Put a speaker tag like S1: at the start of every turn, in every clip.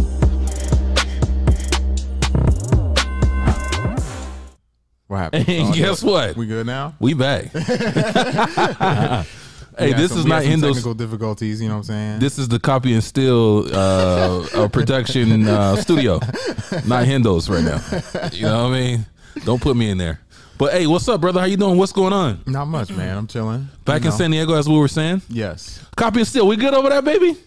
S1: And guess what?
S2: Oh, We good now?
S1: We back.
S2: We
S1: hey,
S2: had
S1: this
S2: some-
S1: is
S2: we had
S1: not
S2: some
S1: Endos.
S2: technical difficulties. You know what I'm saying?
S1: This is the copy and still uh, uh, production uh, studio, not Hendo's right now. You know what I mean? Don't put me in there. But hey, what's up, brother? How you doing? What's going on?
S2: not much, man. I'm chilling.
S1: Back
S2: you
S1: in
S2: know?
S1: San Diego, as we were saying,
S2: Yes.
S1: copy and still. We good over there, baby?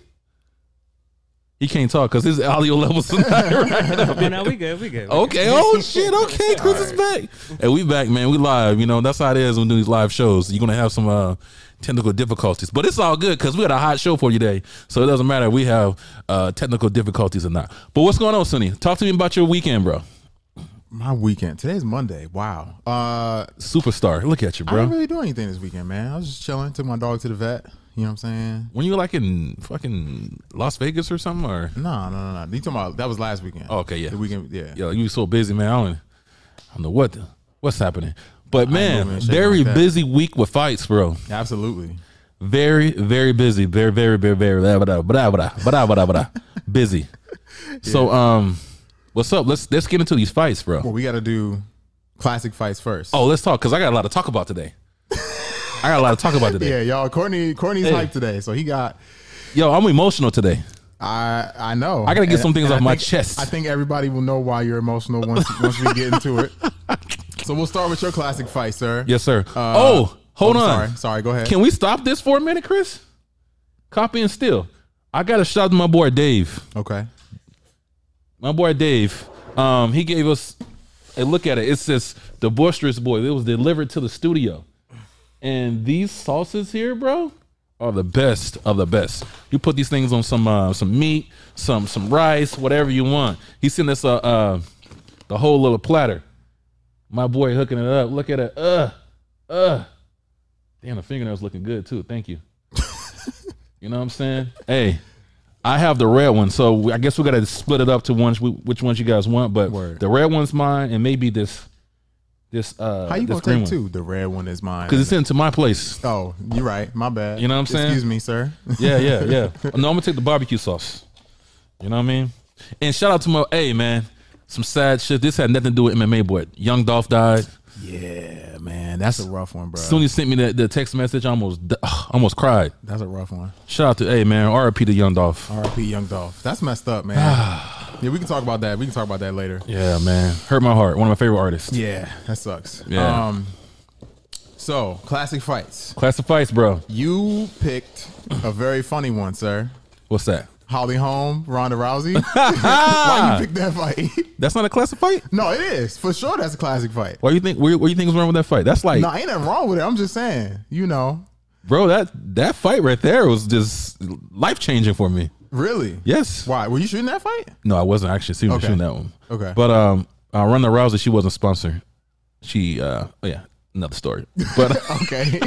S1: He can't talk because his audio levels are not right. up
S3: No, no, we good. We good.
S1: Okay. Oh shit. Okay. Chris is back. Hey, we back, man. We live. You know that's how it is when we do these live shows. You're gonna have some uh, technical difficulties, but it's all good because we got a hot show for you today. So it doesn't matter if we have uh, technical difficulties or not. But what's going on, Sonny? Talk to me about your weekend, bro.
S2: My weekend. Today's Monday. Wow. Uh,
S1: Superstar. Look at you,
S2: I didn't
S1: bro.
S2: really do anything this weekend, man. I was just chilling. Took my dog to the vet. You know what I'm saying?
S1: When you like in fucking Las Vegas or something, or
S2: No, no, no, no. You talking about that was last weekend?
S1: Oh, okay, yeah.
S2: The weekend, yeah.
S1: yo, you so busy, man. I don't, I don't know what the, what's happening. But man,
S2: moving shit
S1: very
S2: like that.
S1: busy week with fights, bro.
S2: Absolutely.
S1: Very, very busy. Very, very, very, very, blah, blah, blah, blah, blah, blah, blah, busy. So, um, what's up? Let's let's get into these fights,
S2: Well,
S1: bro.
S2: we got to do classic fights first.
S1: Oh, let's talk because I got a lot to talk about today. I got a lot to talk about today.
S2: yeah, y'all. Courtney, Courtney's
S1: Hey.
S2: hyped today, so he got.
S1: Yo, I'm emotional today.
S2: I I know.
S1: I gotta get
S2: And-
S1: some things
S2: and
S1: off
S2: I
S1: my
S2: think-
S1: chest.
S2: I think everybody will know why you're emotional once once we get into it. So we'll start with your classic fight, sir.
S1: Yes, sir. oh, hold
S2: Uh, I'm
S1: on.
S2: Sorry, sorry. Go ahead.
S1: Can we stop this for a minute, Chris? Copy and steal. I got to shout out to my boy Dave.
S2: okay.
S1: my boy Dave, um, he gave us a look at it. It says the boisterous boy. It was delivered to the studio, and these sauces here, bro, are the best of the best. You put these things on some uh, some meat, some some rice, whatever you want. He sent us uh, uh, the whole little platter. My boy hooking it up. Look at it. Uh, uh. Damn, the fingernails looking good too. Thank you. you know what I'm saying? Hey. I have the red one, so we- I guess we gotta split it up to ones we, which ones you guys want. But
S2: Word.
S1: the red one's mine, and maybe this this uh
S2: How you
S1: this
S2: gonna
S1: green
S2: take
S1: one
S2: two? The red one is mine.
S1: because it's into my place.
S2: oh, you're right. My bad.
S1: You know what I'm saying?
S2: Excuse me, sir.
S1: Yeah, yeah, yeah. no, I'm gonna take the barbecue sauce. You know what I mean? And shout out to my hey man, some sad shit. This had nothing to do with MMA, but Young Dolph died.
S2: yeah, man. That's a rough one, bro.
S1: Soon he sent me the, the text message. I almost d- ugh, almost cried.
S2: That's a rough one.
S1: Shout out to hey man, RIP to Young Dolph.
S2: R.I.P. Young Dolph. That's messed up, man. yeah, we can talk about that. We can talk about that later.
S1: Yeah man, hurt my heart. One of my favorite artists.
S2: Yeah, that sucks.
S1: Yeah.
S2: Um, so classic fights.
S1: Classic fights, bro.
S2: You picked a very funny one, sir.
S1: What's that?
S2: Holly Holm, Ronda Rousey. Why you picked that fight?
S1: That's not a classic fight.
S2: no, it is for sure. That's a classic fight.
S1: Why you think? What, what you think was wrong with that fight? That's like,
S2: No, ain't nothing wrong with it. I'm just saying, you know,
S1: bro, that that fight right there was just life changing for me.
S2: really.
S1: Yes.
S2: Why were you shooting that fight?
S1: No, I wasn't actually shooting,
S2: Okay.
S1: shooting that one.
S2: Okay.
S1: But um, uh, Ronda Rousey, she wasn't sponsored. She, uh, oh yeah, another story. But
S2: Okay.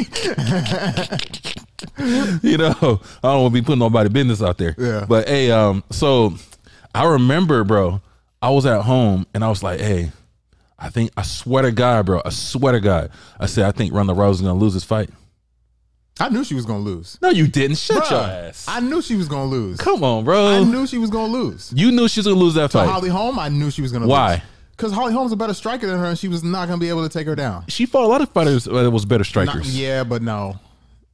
S1: you know, I don't want to be putting nobody business out there.
S2: Yeah.
S1: But hey, um, so I remember, bro, I was at home and I was like, hey, I think I swear to God, bro, I swear to God, I said I think Ronda Rousey's gonna lose this fight.
S2: I knew she was gonna lose.
S1: No, you didn't. Shut your
S2: Bruh,
S1: ass.
S2: I knew she was gonna lose.
S1: Come on, bro.
S2: I knew she was gonna lose.
S1: You knew she was gonna lose that fight.
S2: Holly Holm, I knew she was gonna
S1: Why?
S2: lose. Because Holly Holm's a better striker than her, and she was not gonna be able to take her down.
S1: she fought a lot of fighters that was better
S2: Not-
S1: strikers.
S2: yeah, but no,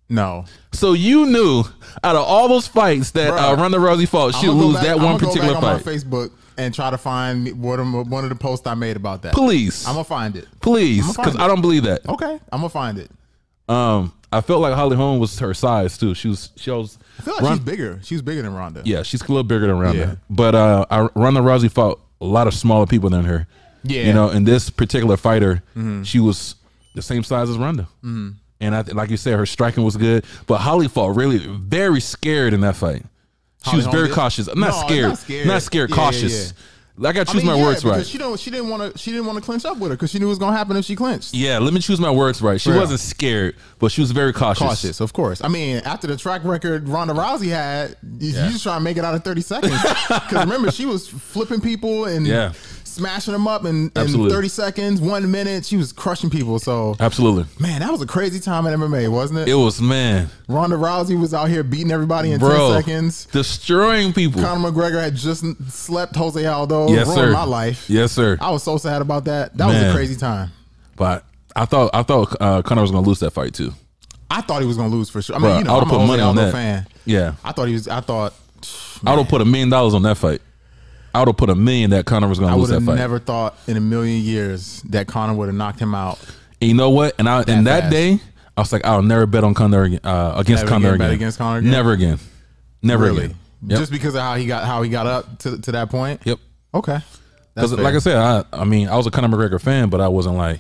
S2: no.
S1: So you knew out of all those fights that uh,
S2: Bruh.
S1: Ronda Rousey fought, she
S2: I'ma go
S1: lose
S2: back-
S1: that
S2: I'ma
S1: one
S2: go
S1: particular
S2: back on
S1: fight.
S2: my Facebook and try to find me- one of, my- one of the posts I made about that.
S1: Please,
S2: I'm gonna find it.
S1: please,
S2: I'ma find
S1: because
S2: it.
S1: I don't believe that.
S2: Okay, I'm gonna find it.
S1: Um, I felt like Holly Holm was her size too. She was, she was,
S2: I feel like she's bigger. She's bigger than Ronda.
S1: yeah, she's a little bigger than Ronda.
S2: Yeah.
S1: But uh, I, Ronda Rousey fought a lot of smaller people than her.
S2: Yeah. Mm-hmm.
S1: you know, and this particular fighter, she was the same size as Ronda. And I, th- like you said, her striking was good, but Holly fought really very scared in that fight. She
S2: Holly
S1: was
S2: Holm
S1: very
S2: did?
S1: cautious. I'm not
S2: No,
S1: scared.
S2: not
S1: Not
S2: scared.
S1: scared.
S2: Yeah, yeah,
S1: cautious. I got to
S2: I
S1: choose
S2: mean,
S1: my
S2: yeah,
S1: words
S2: because
S1: right.
S2: She don't. She didn't want to. She didn't want to clinch up with her because she knew it was gonna happen if she clinched.
S1: yeah, let me choose my words right. She
S2: Real.
S1: wasn't scared, but she was very cautious.
S2: Cautious, of course. I mean, after the track record Ronda Rousey had, you, you
S1: Yeah.
S2: just try to make it out in 30 seconds. Because remember, she was flipping people and
S1: Yeah.
S2: smashing them up in, in
S1: Absolutely.
S2: 30 seconds, one minute. She was crushing people. So,
S1: Absolutely.
S2: man, that was a crazy time in MMA, wasn't it?
S1: It was man,
S2: Ronda Rousey was out here beating everybody in
S1: bro,
S2: 10 seconds.
S1: destroying people.
S2: Conor McGregor had just n- slept Jose Aldo.
S1: yes,
S2: ruined
S1: sir.
S2: my life.
S1: Yes, sir.
S2: I was so sad about that. That was
S1: Man.
S2: a crazy time.
S1: But I thought I thought uh, Connor was gonna lose that fight too.
S2: I thought he was gonna lose for sure. I mean,
S1: Bruh,
S2: you
S1: I
S2: know,
S1: would've
S2: I'm
S1: put
S2: a
S1: money
S2: money
S1: on that.
S2: fan.
S1: Yeah,
S2: I thought he was. I thought
S1: I would have put a million dollars on that fight. I would have put a million that Connor was gonna
S2: I
S1: lose
S2: would
S1: that
S2: have
S1: fight.
S2: never thought in a million years that Connor would have knocked him out.
S1: And you know what? And I and that
S2: fast.
S1: day, I was like, I'll never bet on Connor again, uh, against
S2: Never
S1: Connor
S2: again bet
S1: again.
S2: against Conor again?
S1: Never again. Never
S2: Really,
S1: again. Yep.
S2: just because of how he got how he got up to, to that point.
S1: yep.
S2: Okay, that's
S1: Because
S2: fair.
S1: like I said, I I mean, I was a Conor McGregor fan, but I wasn't like,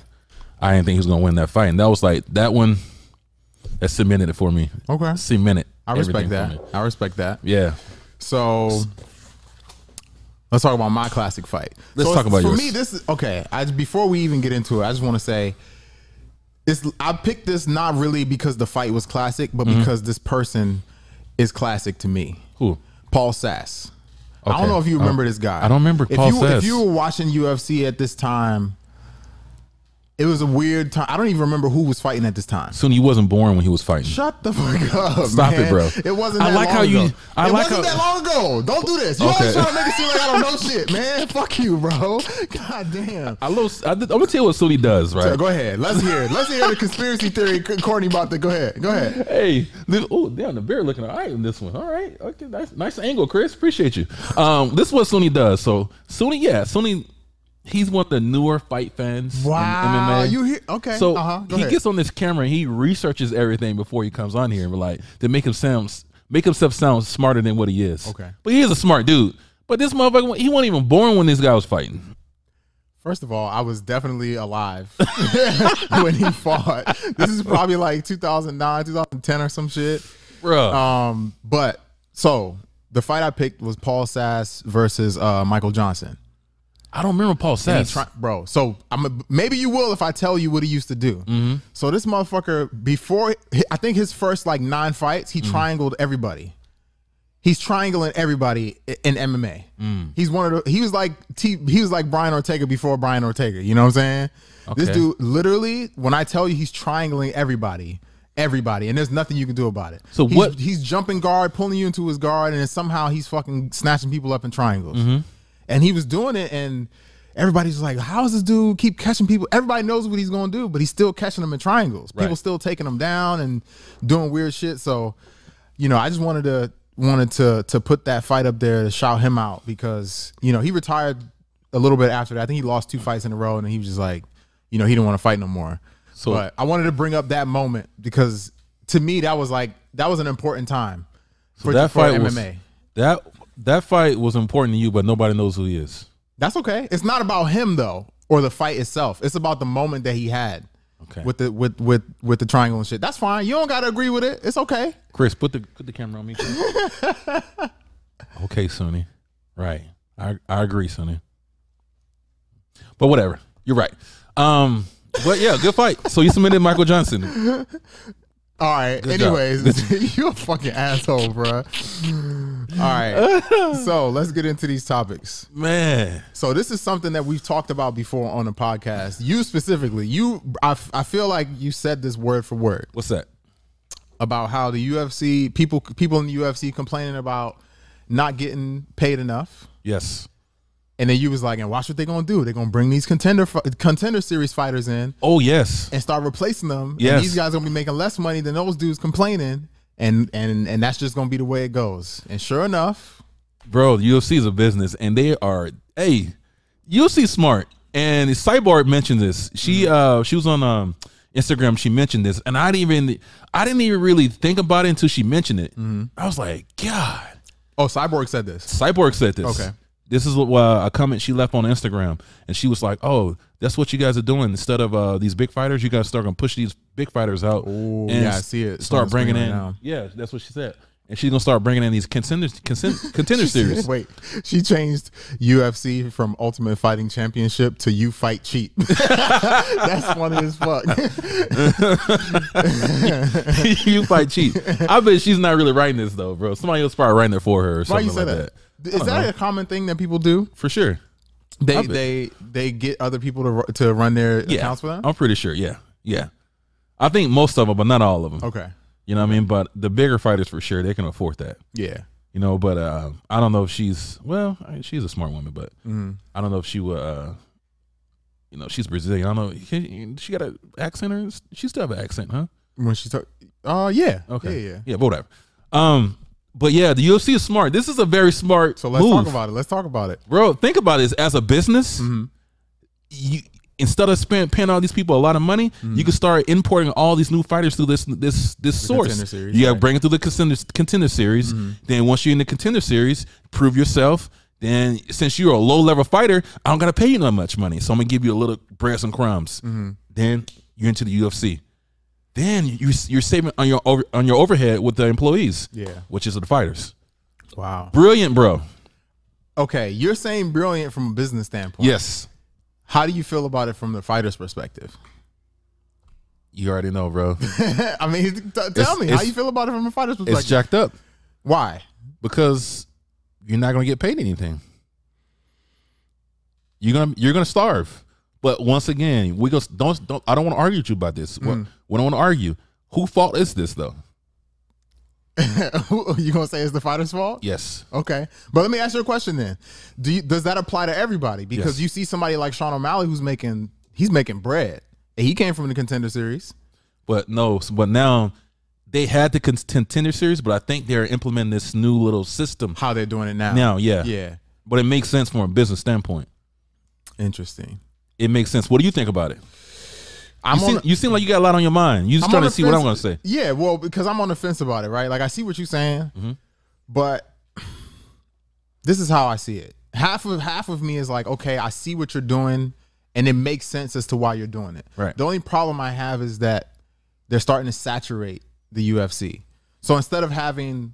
S1: I didn't think he was gonna win that fight. And that was like that one. That cemented it for me.
S2: okay,
S1: Cemented.
S2: I respect
S1: everything for
S2: that.
S1: me.
S2: I respect that.
S1: Yeah.
S2: So let's talk about my classic fight.
S1: Let's
S2: So
S1: talk about
S2: for
S1: yours.
S2: me. This is okay. I before we even get into it, I just want to say. It's, I picked this not really because the fight was classic, but
S1: Mm-hmm.
S2: because this person is classic to me.
S1: Who?
S2: Paul Sass. I
S1: Okay. Uh,
S2: don't know if you remember this guy.
S1: I don't remember
S2: If
S1: Paul
S2: you,
S1: Sass.
S2: If you were watching UFC at this time, it was a weird time. I don't even remember who was fighting at this time.
S1: Soon he wasn't born when he was fighting.
S2: Shut the fuck up.
S1: Stop it,
S2: man.
S1: bro.
S2: It wasn't
S1: I
S2: that
S1: like
S2: long
S1: how you-
S2: ago.
S1: I
S2: it
S1: like
S2: wasn't that
S1: how-
S2: long ago. Don't do this. You always
S1: Okay.
S2: trying to make it seem like I don't know shit, man. Fuck you, bro. God damn.
S1: I love. I, am gonna tell you what Sudi does, right?
S2: So go ahead. Let's hear it. Let's hear the conspiracy theory Courtney about the go ahead. Go ahead.
S1: Hey, oh damn, the beard looking all right in this one. All right, okay, nice, nice angle, Chris. Appreciate you. Um, this is what Suni does. So Suni, yeah, Suni, he's one of the newer fight fans. in
S2: Wow.
S1: MMA.
S2: You hear okay.
S1: So
S2: uh-huh. Go
S1: he
S2: ahead.
S1: gets on this camera and he researches everything before he comes on here, but like to make him sound make himself sound smarter than what he is.
S2: Okay.
S1: but he is a smart dude. But this motherfucker, he wasn't even born when this guy was fighting.
S2: First of all, I was definitely alive when he fought. This is probably like 2009, 2010 or some shit.
S1: Bruh.
S2: Um, but so the fight I picked was Paul Sass versus uh, Michael Johnson.
S1: I don't remember Paul
S2: He
S1: Sass.
S2: try- bro, so I'm a, maybe you will if I tell you what he used to do.
S1: Mm-hmm.
S2: So this motherfucker before I think his first like nine fights,
S1: Mm-hmm.
S2: he triangled everybody. He's triangling everybody i- in MMA.
S1: Mm.
S2: He's one of the he was like T, he was like Brian Ortega before Brian Ortega. You know what I'm saying? This
S1: Okay.
S2: dude literally, when I tell you he's triangling everybody, everybody, and there's nothing you can do about it.
S1: So
S2: he's,
S1: what-
S2: he's jumping guard, pulling you into his guard, and then somehow he's fucking snatching people up in triangles.
S1: Mm-hmm.
S2: And he was doing it, and everybody's like, "How does this dude keep catching people?" Everybody knows what he's going to do, but he's still catching them in triangles. People
S1: Right.
S2: still taking them down and doing weird shit. So, you know, I just wanted to wanted to to put that fight up there to shout him out because you know he retired a little bit after that. I think he lost two fights in a row, and he was just like, you know, he didn't want to fight no more.
S1: So-
S2: but I wanted to bring up that moment because to me that was like that was an important time for,
S1: that
S2: for
S1: fight
S2: MMA.
S1: was that that fight was important to you, but nobody knows who he is.
S2: That's okay. It's not about him though, or the fight itself. It's about the moment that he had
S1: Okay.
S2: with the with with with the triangle and shit. That's fine. You don't gotta agree with it. It's okay.
S1: Chris, put the put the camera on me. okay, Sonny. Right. I I agree, Sonny. But whatever. You're right. Um but yeah, good fight. So you submitted Michael Johnson.
S2: All right.
S1: job.
S2: Anyways, you a fucking asshole, bruh. All right. so let's get into these topics.
S1: Man.
S2: So this is something that we've talked about before on the podcast. You specifically, you I, f- I feel like you said this word for word
S1: What's that?
S2: about how the UFC people people in the UFC complaining about not getting paid enough.
S1: Yes.
S2: And then you was like, and watch what they're gonna do. They're gonna bring these contender fi- contender series fighters in
S1: Oh yes.
S2: and start replacing them.
S1: Yes.
S2: And these guys gonna be making less money than those dudes complaining. And and and that's just gonna be the way it goes. And sure enough,
S1: Bro, the UFC is a business and they are hey, UFC smart. And Cyborg mentioned this.
S2: Mm.
S1: She uh she was on um Instagram, she mentioned this, and I didn't even I didn't even really think about it until she mentioned it.
S2: Mm-hmm.
S1: I was like, God.
S2: oh, Cyborg said this.
S1: Cyborg said this.
S2: Okay.
S1: This is uh, a comment she left on Instagram, and she was like, "Oh, that's what you guys are doing. Instead of uh, these big fighters, you guys start gonna push these big fighters out
S2: Ooh,
S1: and
S2: yeah, I
S1: s-
S2: see it. It's on
S1: Start
S2: the screen
S1: bringing
S2: right
S1: in,
S2: now.
S1: yeah, that's what she said. And she's gonna start bringing in these contender consen- contender series.
S2: Wait, she changed UFC from Ultimate Fighting Championship to You Fight Cheap. that's funny as fuck.
S1: you fight cheap. I bet she's not really writing this though, bro. Somebody else probably writing it for her or
S2: Why
S1: something
S2: you say
S1: like that.
S2: that? Is that a common thing that people do?
S1: for sure.
S2: They
S1: bet.
S2: they they get other people to ru- to run their
S1: Yeah,
S2: accounts for them.
S1: I'm pretty sure. Yeah, yeah. I think most of them, but not all of them.
S2: Okay,
S1: You know what I mean? But the bigger fighters, for sure, they can afford that.
S2: yeah.
S1: you know. But uh, I
S2: Mm-hmm.
S1: don't know if she's well. I- She's a smart woman, but I don't know if she would. Uh, you know, she's Brazilian. I don't know. She, she got an accent or she still have an accent, huh?
S2: when she talk. Oh yeah.
S1: Okay.
S2: Yeah. yeah.
S1: Yeah, but whatever. Um, but yeah, the UFC is smart. This is a very smart
S2: So let's
S1: move.
S2: talk about it. Let's talk about it.
S1: Bro, think about this. As a business, you instead of spend paying all these people a lot of money, you can start importing all these new fighters through this this this
S2: contender
S1: source.
S2: series,
S1: you got to
S2: right.
S1: bring it through the contender, contender series. Then once you're in the contender series, prove yourself. Then since you're a low level fighter, I don't gotta pay you that much money. So I'm gonna give you a little bread and crumbs. Then you're into the UFC. Then you you're saving on your over, on your overhead with the employees,
S2: Yeah.
S1: which is the fighters.
S2: Wow.
S1: Brilliant, bro.
S2: Okay, you're saying brilliant from a business standpoint.
S1: Yes.
S2: How do you feel about it from the fighter's perspective?
S1: You already know, bro.
S2: I mean, t- tell
S1: It's-
S2: me how
S1: it's-
S2: you feel about it from a fighter's
S1: It's
S2: perspective.
S1: jacked up
S2: Why?
S1: because you're not going to get paid anything. You're gonna you're gonna starve. But once again, we go don't don't. I don't want to argue with you about this.
S2: Mm.
S1: We- We don't want to argue. Who fault is this though?
S2: you gonna say it's the fighter's fault?
S1: Yes,
S2: Okay, but let me ask you a question then. Do you, does that apply to everybody? Because
S1: Yes.
S2: you see somebody like Sean O'Malley who's making he's making bread. And he came from the contender series.
S1: but no. But now they had the con- contender series, but I think they're implementing this new little system
S2: How they're doing it now?
S1: now. Yeah.
S2: yeah,
S1: but it makes sense from a business standpoint.
S2: interesting.
S1: It makes sense. What do you think about it?
S2: I'm
S1: You seem, you seem like you got a lot on your mind. You just
S2: I'm
S1: trying
S2: on
S1: to
S2: the
S1: see what I'm going to
S2: fence-
S1: say.
S2: Yeah, well, because I'm on the fence about it, right? Like I see what you're saying, but this is how I see it. Half of half of me is like, okay, I see what you're doing, and it makes sense as to why you're doing it.
S1: Right.
S2: The only problem I have is that they're starting to saturate the UFC. So instead of having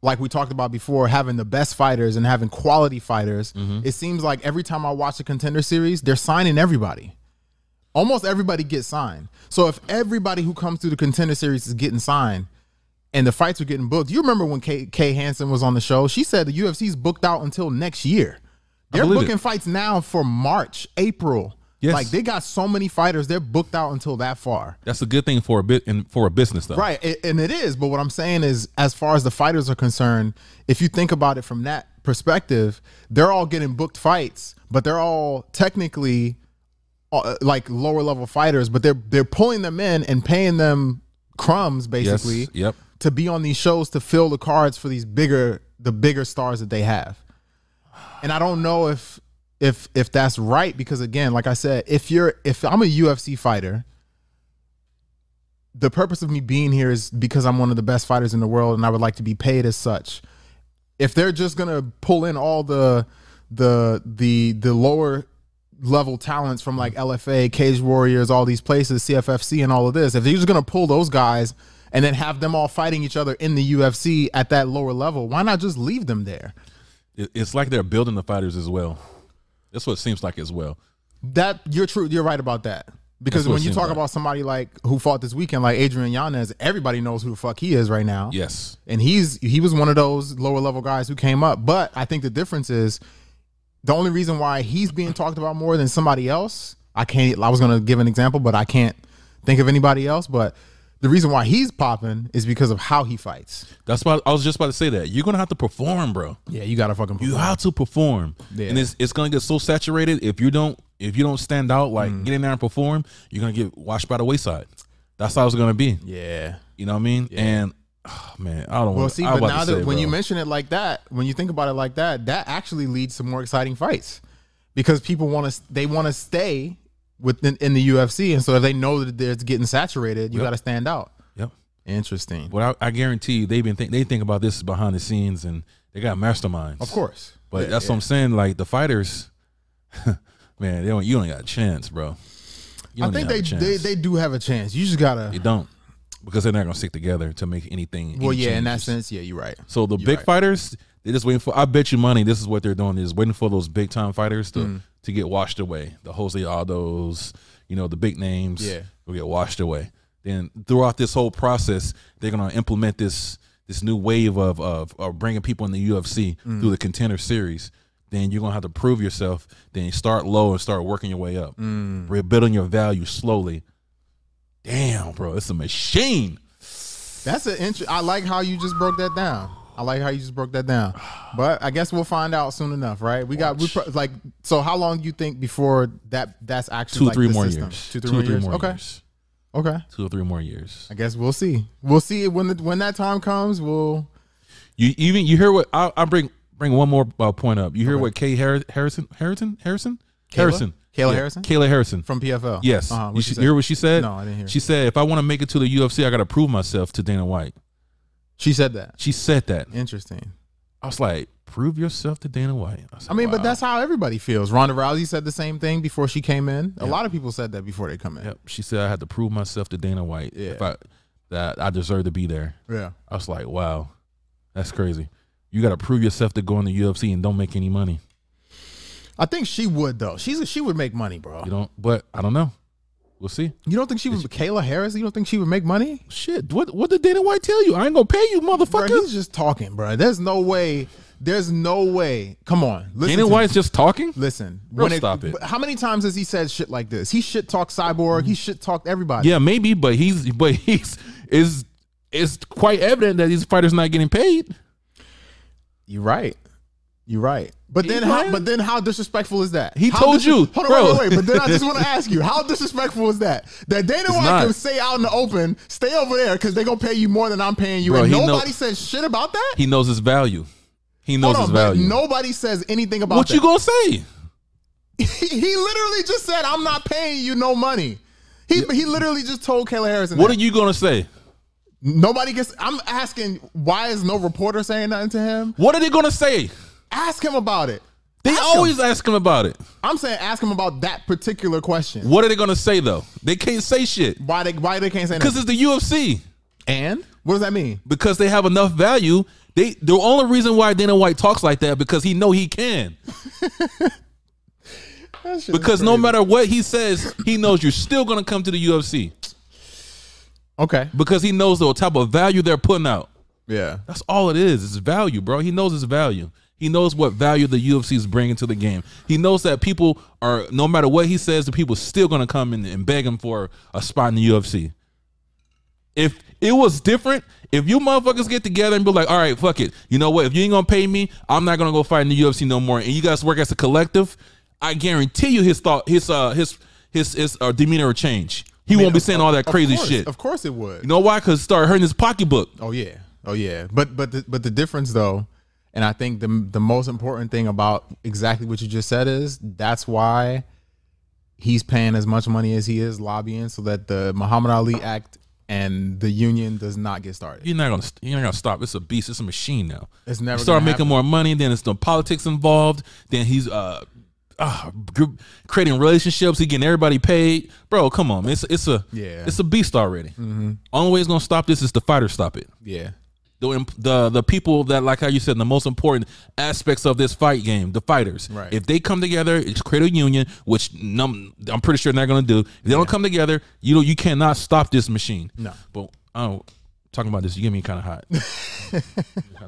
S2: like we talked about before, having the best fighters and having quality fighters, it seems like every time I watch a contender series, they're signing everybody almost everybody gets signed. So if everybody who comes through the contender series is getting signed and the fights are getting booked, you remember when Kay, Kay Hansen was on the show? She said the UFC's booked out until next year. They're
S1: believe
S2: booking fights now for March, April.
S1: Yes.
S2: Like they got so many fighters, they're booked out until that far.
S1: That's a good thing for a bit and for a business though.
S2: Right. a- And it is. But what I'm saying is, as far as the fighters are concerned, if you think about it from that perspective, they're all getting booked fights, but they're all technically uh, like lower level fighters, but they're they're pulling them in and paying them crumbs
S1: Yes.
S2: basically
S1: Yep.
S2: to be on these shows to fill the cards for these bigger the bigger stars that they have. And I don't know if if if that's right because again, like I said, if you're if I'm a UFC fighter, the purpose of me being here is because I'm one of the best fighters in the world and I would like to be paid as such. If they're just going to pull in all the the the the lower level talents from like LFA, Cage Warriors, all these places, CFFC and all of this, if they're just going to pull those guys and then have them all fighting each other in the UFC at that lower level, why not just leave them there?
S1: It- It's like they're building the fighters as well. That's what it seems like as well.
S2: That you're true. You're right about that. Because
S1: That's what
S2: when
S1: it
S2: you
S1: seems
S2: talk
S1: like.
S2: about somebody like who fought this weekend, like Adrian Yanez, everybody knows who the fuck he is right now.
S1: Yes.
S2: and he's he was one of those lower level guys who came up. But I think the difference is the only reason why he's being talked about more than somebody else. I can't. I was gonna give an example, but I can't think of anybody else. But the reason why he's popping is because of how he fights.
S1: That's why I was just about to say that. You're gonna have to perform, bro.
S2: Yeah, you gotta fucking.
S1: You have to perform.
S2: Yeah.
S1: And it's it's gonna get so saturated if you don't if you don't stand out, like
S2: Mm.
S1: get in there and perform, you're gonna get washed by the wayside. That's how it's gonna be.
S2: yeah.
S1: You know what I mean? And oh, man, I don't
S2: Well,
S1: want
S2: see,
S1: I was
S2: but
S1: about
S2: now
S1: to
S2: that
S1: say,
S2: when you
S1: bro.
S2: mention it like that, when you think about it like that, that actually leads to more exciting fights because people want to they want to stay within in the UFC, and so if they know that it's getting saturated, you
S1: Yep.
S2: gotta stand out.
S1: Yep.
S2: Interesting.
S1: But I, I guarantee you they've been think they think about this behind the scenes and they got masterminds.
S2: Of course.
S1: But
S2: Yeah,
S1: that's what I'm saying. Like the fighters, man, they don't, you don't got a chance, bro. You
S2: I
S1: don't
S2: think
S1: have a
S2: they,
S1: chance.
S2: they they do have a chance. You just
S1: They
S2: gotta.
S1: don't because they're not gonna stick together to make anything.
S2: Well,
S1: any
S2: yeah, in that
S1: changes.
S2: sense, yeah, you're right.
S1: So the big
S2: right.
S1: fighters, they're just waiting for. I bet you money. This is what they're doing is waiting for those big time fighters to
S2: Mm.
S1: to get washed away. The Jose Aldo's, you know, the big names,
S2: Yeah.
S1: will get washed away. Then throughout this whole process, they're gonna implement this this new wave of of, of bringing people in the UFC
S2: Mm.
S1: through the contender series. Then you're gonna have to prove yourself. Then you start low and start working your way up,
S2: Mm.
S1: rebuilding your value slowly. Damn, bro, it's a machine.
S2: That's an int- I like how you just broke that down. I like how you just broke that down. But I guess we'll find out soon enough, right? We got we pro- like so. How long do you think before that? That's actually
S1: Two,
S2: like,
S1: three
S2: the
S1: more
S2: system?
S1: years.
S2: Two, three more years. okay,
S1: years.
S2: okay.
S1: Two or three more years.
S2: I guess we'll see. We'll see it when the, when that time comes. We'll
S1: You even you hear what I, I bring bring one more uh, point up. You hear what Kay Har- Harrison Harrison Harrison Harrison
S2: Kayla
S1: Yeah,
S2: Harrison?
S1: Kayla Harrison
S2: from PFL.
S1: Yes.
S2: Uh-huh,
S1: you
S2: what
S1: sh-
S2: she said.
S1: hear what she said?
S2: No, I didn't hear it.
S1: She said, if I want to make it to the UFC, I got to prove myself to Dana White.
S2: she said that.
S1: She said that.
S2: Interesting.
S1: I was like, prove yourself to Dana White. I, said,
S2: I mean,
S1: "Wow."
S2: but that's how everybody feels. Ronda Rousey said the same thing before she came in. A lot of people said that before they come in.
S1: Yep. She said, I had to prove myself to Dana White.
S2: Yeah.
S1: If I, that I deserve to be there.
S2: Yeah.
S1: I was like, wow, that's crazy. You got to prove yourself to go in the UFC and don't make any money.
S2: I think she would though. She's a, she would make money, bro.
S1: You don't, but I don't know. We'll see.
S2: You don't think she would Kayla Harris? You don't think she would make money?
S1: Shit. What What did Dana White tell you? I ain't gonna pay you,
S2: Bro,
S1: motherfucker.
S2: he's just talking, bro. There's no way. There's no way. Come on. Listen
S1: Dana
S2: to
S1: White's just talking.
S2: me. Listen.
S1: Bro, stop it.
S2: but How many times has he said shit like this? He shit talked Cyborg. He shit talked everybody.
S1: Yeah, maybe, but he's but he's is it's quite evident that these fighters not getting paid.
S2: You're right. You're right. But
S1: He
S2: then, how,
S1: right.
S2: but then, how disrespectful is that?
S1: He
S2: How
S1: told
S2: disres-
S1: you,
S2: Hold on,
S1: bro.
S2: wait, wait, wait. But then I just want to ask you, how disrespectful is that? That Dana White
S1: not.
S2: can say out in the open, stay over there because they're gonna pay you more than I'm paying you,
S1: Bro,
S2: and
S1: he know-
S2: nobody says shit about that.
S1: He knows his value. He knows
S2: Hold
S1: his
S2: on, but
S1: value.
S2: nobody says anything about
S1: what
S2: that.
S1: you gonna say?
S2: he literally just said, "I'm not paying you no money." He he literally just told Kayla Harrison.
S1: What
S2: that.
S1: are you gonna say?
S2: Nobody gets. I'm asking, why is no reporter saying nothing to him?
S1: What are they gonna say?
S2: Ask him about it.
S1: They
S2: Ask him.
S1: always ask him about it.
S2: I'm saying, ask him about that particular question.
S1: What are they gonna say though? They can't say shit
S2: Why they why they can't say
S1: because
S2: nothing?
S1: it's the UFC.
S2: And what does that mean?
S1: Because they have enough value. They the only reason why Dana White talks like that because he know he can. Because no matter what he says, he knows you're still gonna come to the UFC
S2: Okay.
S1: because he knows the type of value they're putting out.
S2: Yeah.
S1: That's all it is. It's value, bro. He knows his value. He knows what value the UFC is bringing to the game. He knows that people are, no matter what he says, the people still going to come in and beg him for a spot in the UFC. If it was different, if you motherfuckers get together and be like, all right, fuck it. You know what? If you ain't going to pay me, I'm not going to go fight in the UFC no more. And you guys work as a collective, I guarantee you his thought, his, uh, his, his, his uh, demeanor will change. He won't be saying all that crazy
S2: of course,
S1: shit.
S2: Of course it would.
S1: You know why? Because start hurting his pocketbook.
S2: Oh yeah. Oh yeah. But but the, but the difference though, and I think the the most important thing about exactly what you just said is that's why he's paying as much money as he is lobbying so that the Muhammad Ali Act and the union does not get started.
S1: you're not gonna you're not gonna stop. It's a beast. It's a machine now.
S2: It's never
S1: You start
S2: gonna
S1: making
S2: happen.
S1: more money. Then it's the politics involved. Then he's uh, uh group, creating relationships. He getting everybody paid. Bro, come on, man. It's it's a
S2: Yeah. Mm-hmm.
S1: It's a beast already. Only way it's gonna stop this is the fighters stop it.
S2: Yeah.
S1: The, imp- the the people that like how you said the most important aspects of this fight game the fighters
S2: Right.
S1: if they come together it's create a union which num- I'm pretty sure they're not gonna do if they don't come together you know you cannot stop this machine
S2: No.
S1: but oh talking about this you get me kind of hot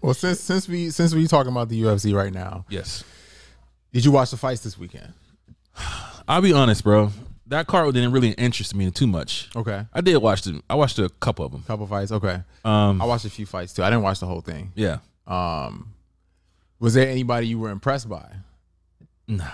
S2: Well, since since we since we talking about the UFC right now,
S1: Yes.
S2: did you watch the fights this weekend?
S1: I'll be honest, bro. That card didn't really interest me too much.
S2: Okay.
S1: I did watch them. I watched a couple of them.
S2: Couple fights. Okay.
S1: Um,
S2: I watched a few fights too. I didn't watch the whole thing.
S1: yeah.
S2: Um, was there anybody you were impressed by?
S1: Nah.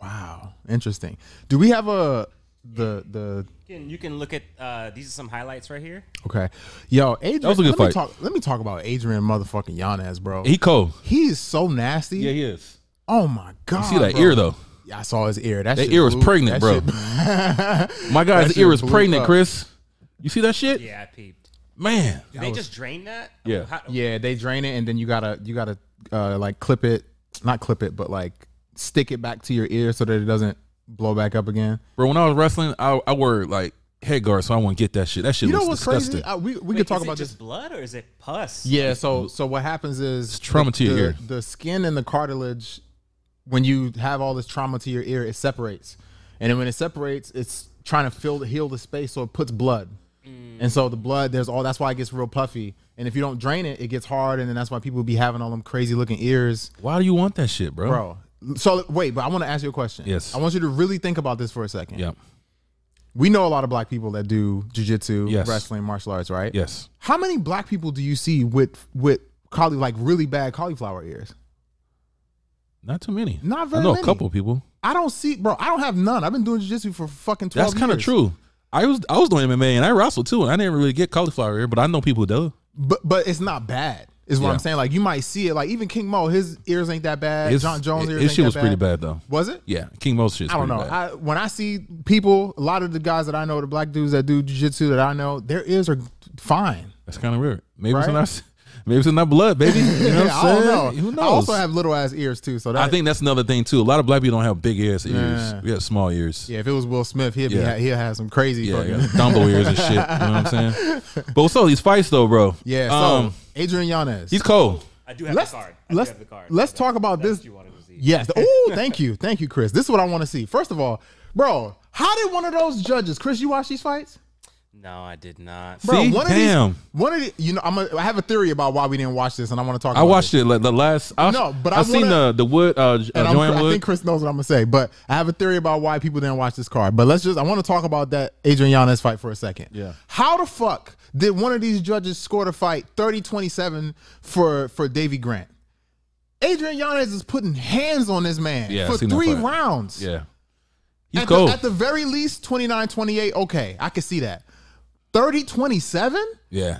S2: Wow, interesting. Do we have a the the
S3: You can, you can look at uh, these are some highlights right here.
S2: okay, yo Adrian?
S1: was a
S2: let
S1: good
S2: Me
S1: fight.
S2: talk, let me talk about Adrian motherfucking Yanez, bro. He,
S1: He cold.
S2: is so nasty.
S1: he is.
S2: Oh my god,
S1: See that
S2: bro.
S1: ear though.
S2: Yeah, I saw his ear. That, shit
S1: ear was
S2: blew-
S1: pregnant,
S2: that shit-
S1: My
S2: That
S1: guy's
S2: shit
S1: ear is
S2: blew
S1: pregnant,
S2: up.
S1: Chris. You see that shit?
S3: Yeah, I peeped.
S1: Man.
S3: Did they just drain that? Oh,
S1: Yeah.
S3: How-
S2: yeah, they drain it and then you gotta you gotta uh, like clip it, not clip it, but like stick it back to your ear so that it doesn't blow back up again.
S1: Bro, when I was wrestling, I, I wore like head guards, so I wouldld't get that shit. That shit
S2: You know what's
S1: looks disgusting.
S2: crazy? I, we we
S3: Wait,
S2: could
S3: is
S2: talk
S3: it
S2: about this
S3: just blood or is it pus?
S2: Yeah, so so what happens is
S1: trauma to your
S2: the,
S1: ear.
S2: The skin and the cartilage, when you have all this trauma to your ear, it separates, and then when it separates, it's trying to fill heal the space, so it puts blood,
S3: Mm.
S2: and so the blood there's all that's why it gets real puffy, and if you don't drain it, it gets hard, and then that's why people be having all them crazy looking ears,
S1: Why do you want that shit, bro?
S2: bro. So wait, but I want to ask you a question.
S1: Yes.
S2: I want you to really think about this for a second.
S1: Yeah.
S2: we know a lot of black people that do jujitsu,
S1: Yes.
S2: wrestling, martial arts, right?
S1: Yes.
S2: How many black people do you see with with cauli like really bad cauliflower ears?
S1: Not too many.
S2: Not very
S1: I know
S2: many.
S1: a couple people.
S2: I don't see, bro. I don't have none. I've been doing jujitsu for fucking twelve.
S1: That's kind of
S2: years.
S1: true. I was I was doing MMA and I wrestled too, and I didn't really get cauliflower ear, but I know people who do.
S2: but but it's not bad. Is what
S1: Yeah.
S2: I'm saying. Like you might see it. Like even King Mo, his ears ain't that bad.
S1: His-
S2: John Jones' ears.
S1: his
S2: ain't
S1: shit
S2: that
S1: was pretty bad though.
S2: Was it?
S1: Yeah, King Mo's shit's
S2: I don't know.
S1: pretty bad.
S2: I, when I see people, a lot of the guys that I know, the black dudes that do jujitsu that I know, their ears are fine.
S1: That's kind of weird. Maybe it's in
S2: Right?
S1: our maybe it's in our blood, baby. You know what
S2: I
S1: I'm saying?
S2: don't know.
S1: Who knows?
S2: I also have little ass ears too. So that,
S1: I think that's another thing too. A lot of black people don't have big ass ears.
S2: Yeah.
S1: We have small ears.
S2: yeah, if it was Will Smith, he'd
S1: Yeah.
S2: be he'd have some crazy
S1: Yeah,
S2: fucking
S1: yeah. Dumbo ears and shit. You know what I'm saying? But what's all these fights though, bro?
S2: yeah. So
S1: um,
S2: Adrian Yanez.
S1: he's cold.
S3: I do have
S2: Let's-
S3: the card. I
S2: let's-
S3: do have the card.
S2: let's
S3: That's
S2: talk about
S3: what
S2: this-
S3: you wanted to see.
S2: Yes. Oh, thank you, thank you, Chris. This is what I want to see. First of all, bro, how did one of those judges, Chris? You watch these fights?
S3: No, I did not.
S2: Bro,
S1: See?
S2: one of
S1: Damn.
S2: these, one of the, you know, I'm a, I have a theory about why we didn't watch this, and I want to talk.
S1: I
S2: about
S1: watched
S2: this.
S1: it like the last. I,
S2: No, but I
S1: seen
S2: wanna-
S1: the the Wood uh,
S2: and
S1: uh
S2: I'm-
S1: Joanne
S2: I
S1: Wood.
S2: think Chris knows what I'm gonna say, but I have a theory about why people didn't watch this card. But let's just, I want to talk about that Adrian Yanez fight for a second.
S1: Yeah.
S2: How the fuck did one of these judges score the fight 30-27 for for Davy Grant? Adrian Yanez is putting hands on this man
S1: Yeah, I
S2: for
S1: seen that
S2: three
S1: fight.
S2: rounds.
S1: yeah, he's
S2: at, the,
S1: cold.
S2: at the very least, 29-28. Okay, I can see that. 30-27?
S1: yeah,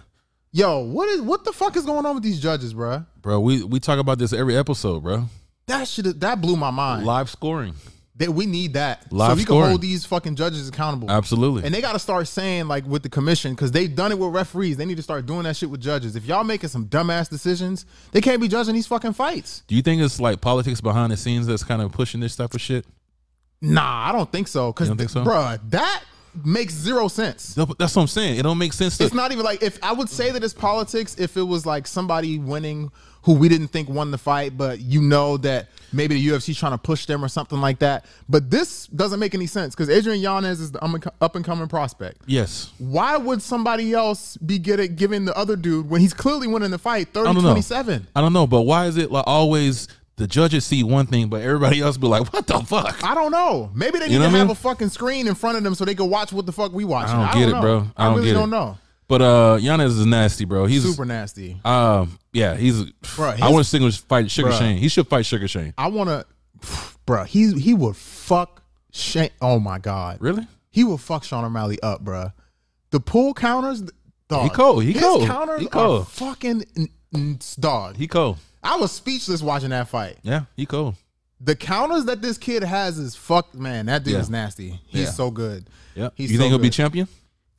S2: Yo, what is what the fuck is going on with these judges, bruh?
S1: bro. We we talk about this every episode, bro.
S2: That shit that blew my mind.
S1: Live scoring,
S2: That we need that. so
S1: Live
S2: we can
S1: scoring.
S2: hold these fucking judges accountable.
S1: absolutely.
S2: And they got to start saying like with the commission because they've done it with referees. They need to start doing that shit with judges. If y'all making some dumbass decisions, they can't be judging these fucking fights.
S1: Do you think it's like politics behind the scenes that's kind of pushing this type of shit?
S2: Nah, I don't think so. Cause
S1: You don't think so?
S2: bruh, that makes zero sense.
S1: No, but That's what I'm saying. It don't make sense. To,
S2: It's not even like if I would say that it's politics if it was like somebody winning who we didn't think won the fight, but you know that maybe the UFC trying to push them or something like that. But this doesn't make any sense because Adrian Yanez is the up and coming prospect.
S1: yes,
S2: why would somebody else be getting giving the other dude when he's clearly winning the fight 30
S1: I don't know.
S2: 27
S1: I don't know, but why is it like always the judges see one thing, but everybody else be like, "What the fuck?"
S2: I don't know. Maybe they need to
S1: know what I
S2: have
S1: mean?
S2: a fucking screen in front of them so they can watch what the fuck we watching.
S1: I don't get it,
S2: know.
S1: bro. I don't
S2: really
S1: get it.
S2: don't know.
S1: But uh, Giannis is nasty, bro. He's
S2: Super nasty.
S1: Um, yeah, he's.
S2: Bro,
S1: I
S2: his-
S1: want to single fight Sugar
S2: Bro.
S1: Shane. He should fight Sugar Shane.
S2: I want to, bro. He he would fuck Shane. Oh my god,
S1: Really?
S2: he would fuck Sean O'Malley up, bro. The pull counters, dog.
S1: He cold. He
S2: His
S1: cold.
S2: counters
S1: He cold.
S2: are fucking n- n- dog.
S1: He cold.
S2: I was speechless watching that fight.
S1: Yeah, he cold.
S2: the counters that this kid has is fucked, man. That dude
S1: Yeah.
S2: is nasty. He's
S1: Yeah.
S2: so good.
S1: Yeah.
S2: He's
S1: you
S2: so
S1: think he'll be
S2: good.
S1: champion?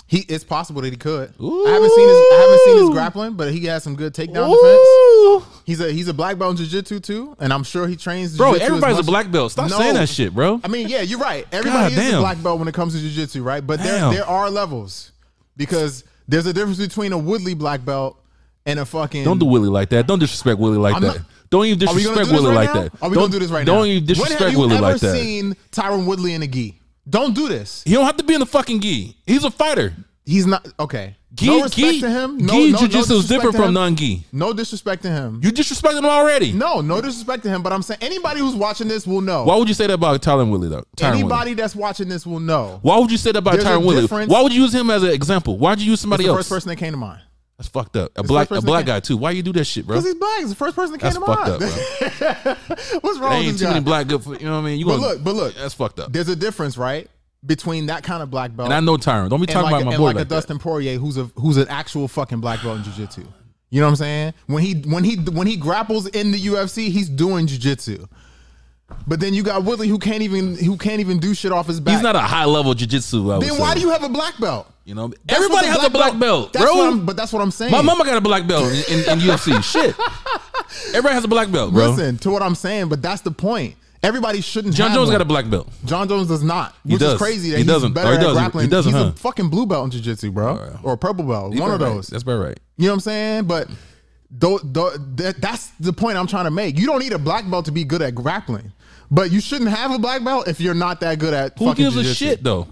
S2: He it's possible that he could. I haven't seen his I haven't seen his grappling, but he has some good takedown defense.
S1: Ooh.
S2: He's a he's a black belt in jiu-jitsu too, and I'm sure he trains
S1: Bro,
S2: jiu-jitsu as
S1: everybody's a
S2: much-
S1: black belt. Stop
S2: No.
S1: saying that shit, bro.
S2: I mean, yeah, you're right. Everybody is a
S1: damn.
S2: black belt when it comes to jiu-jitsu, right? But there
S1: Damn.
S2: there are levels because there's a difference between a Woodley black belt and a fucking
S1: Don't do Willie like that. Don't disrespect Willie like
S2: I'm
S1: that.
S2: not-
S1: don't even
S2: Are we gonna
S1: disrespect
S2: do this
S1: Willie
S2: right
S1: like
S2: now?
S1: that.
S2: Are we
S1: don't,
S2: gonna do this right now?
S1: Don't you disrespect
S2: when
S1: Willie
S2: have you
S1: like
S2: ever
S1: that.
S2: seen Tyron Woodley in a gi? Don't do this.
S1: he don't have to be in the fucking gi. He's a fighter.
S2: He's not okay.
S1: Gi,
S2: no respect
S1: gi,
S2: to him. No,
S1: gi
S2: no, no
S1: jujitsu is
S2: disrespect
S1: different
S2: to
S1: from
S2: him.
S1: non-gi.
S2: No disrespect to him.
S1: You disrespected him already.
S2: no, no disrespect to him. But I'm saying anybody who's watching this will know.
S1: Why would you say that about Tyron Willie though? Tyron Willie.
S2: anybody that's watching this will know.
S1: Why would you say that about
S2: There's a
S1: Tyron Willie?
S2: difference.
S1: Why would you use him as an example? Why'd you use somebody
S2: It's the
S1: else?
S2: first person that came to mind.
S1: That's fucked up. A black a
S2: person
S1: black
S2: that
S1: guy too. Why you do that shit, bro?
S2: Because he's black. He's the first person that came
S1: That's
S2: to
S1: fucked
S2: mind.
S1: up, bro.
S2: What's wrong
S1: There
S2: with
S1: ain't
S2: this
S1: too
S2: guy?
S1: many black good. For, you know what I mean? You
S2: but
S1: gonna-
S2: look, but look,
S1: that's fucked up.
S2: there's a difference, right? Between that kind of black belt
S1: And I know Tyron. Don't be
S2: and
S1: talking
S2: like,
S1: about my
S2: and
S1: boy
S2: like a
S1: like that.
S2: Dustin Poirier who's a who's an actual fucking black belt in jiu-jitsu. You know what I'm saying? When he when he when he grapples in the UFC, he's doing jiu-jitsu. But then you got Woodley who can't even who can't even do shit off his back.
S1: He's not a high level jujitsu. I would
S2: then why do
S1: say.
S2: you have a black belt?
S1: You know,
S2: That's what
S1: everybody
S2: the
S1: has a black belt,
S2: that's what I'm-
S1: bro.
S2: but that's what I'm saying.
S1: My mama got a black belt in, in, in UFC. Shit, everybody has a black belt, bro.
S2: Listen to what I'm saying, but that's the point. Everybody shouldn't.
S1: John
S2: have
S1: Jones
S2: one.
S1: got a black belt.
S2: John Jones does not, which
S1: does.
S2: is crazy that
S1: He
S2: he's
S1: doesn't.
S2: better
S1: Oh, he
S2: at
S1: doesn't.
S2: grappling.
S1: He doesn't,
S2: he's a
S1: huh?
S2: fucking blue belt in jiu-jitsu, bro, or purple belt, one of
S1: Right.
S2: those.
S1: That's about right.
S2: You know what I'm saying? But tho- tho- that, that's the point I'm trying to make. You don't need a black belt to be good at grappling, but you shouldn't have a black belt if you're not that good at.
S1: Who
S2: fucking
S1: gives a
S2: jujitsu.
S1: shit though?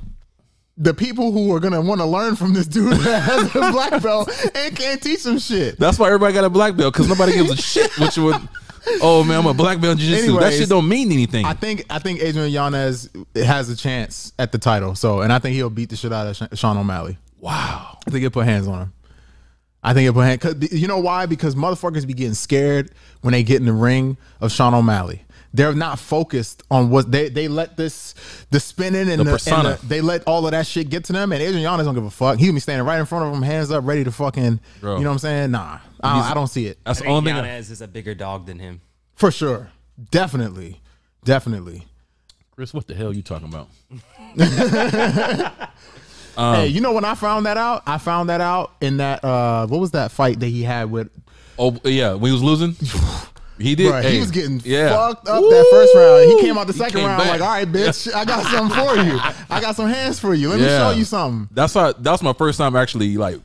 S2: The people who are gonna want to learn from this dude that has a black belt and can't teach them shit.
S1: That's why everybody got a black belt because nobody gives a shit. Which would oh man, I'm a black belt in jiu jitsu. That
S2: Anyways,
S1: shit don't mean anything.
S2: I think I think Adrian Yanez has a chance at the title. So, and I think he'll beat the shit out of Sha- Sean O'Malley.
S1: wow.
S2: I think he'll put hands on him. I think he'll put hands. You know why? Because motherfuckers be getting scared when they get in the ring of Sean O'Malley. They're not focused on what they they let this the spinning and the, and
S1: persona.
S2: the- they let all of that shit get to them. And Adrian Yanez don't give a fuck. He'll be standing right in front of him, hands up, ready to fucking.
S1: Bro.
S2: You know what I'm saying? Nah, I, I don't see it
S1: That's the
S3: Only
S1: only thing. I-
S3: Yanez is Oh, a bigger dog than him.
S2: for sure. Definitely, definitely.
S1: Chris, what the hell you talking about? Um,
S2: hey, you know when I found that out? I found that out in that uh what was that fight that he had with
S1: Oh yeah, when he was losing, he did.
S2: Bruh,
S1: hey,
S2: he was getting
S1: yeah.
S2: fucked up that first round. He came out the
S1: He
S2: second
S1: came
S2: round
S1: back.
S2: like, all right, bitch, I got something for you. I got some hands for you. Let me
S1: Yeah.
S2: show you something.
S1: That's how. That's my first time actually like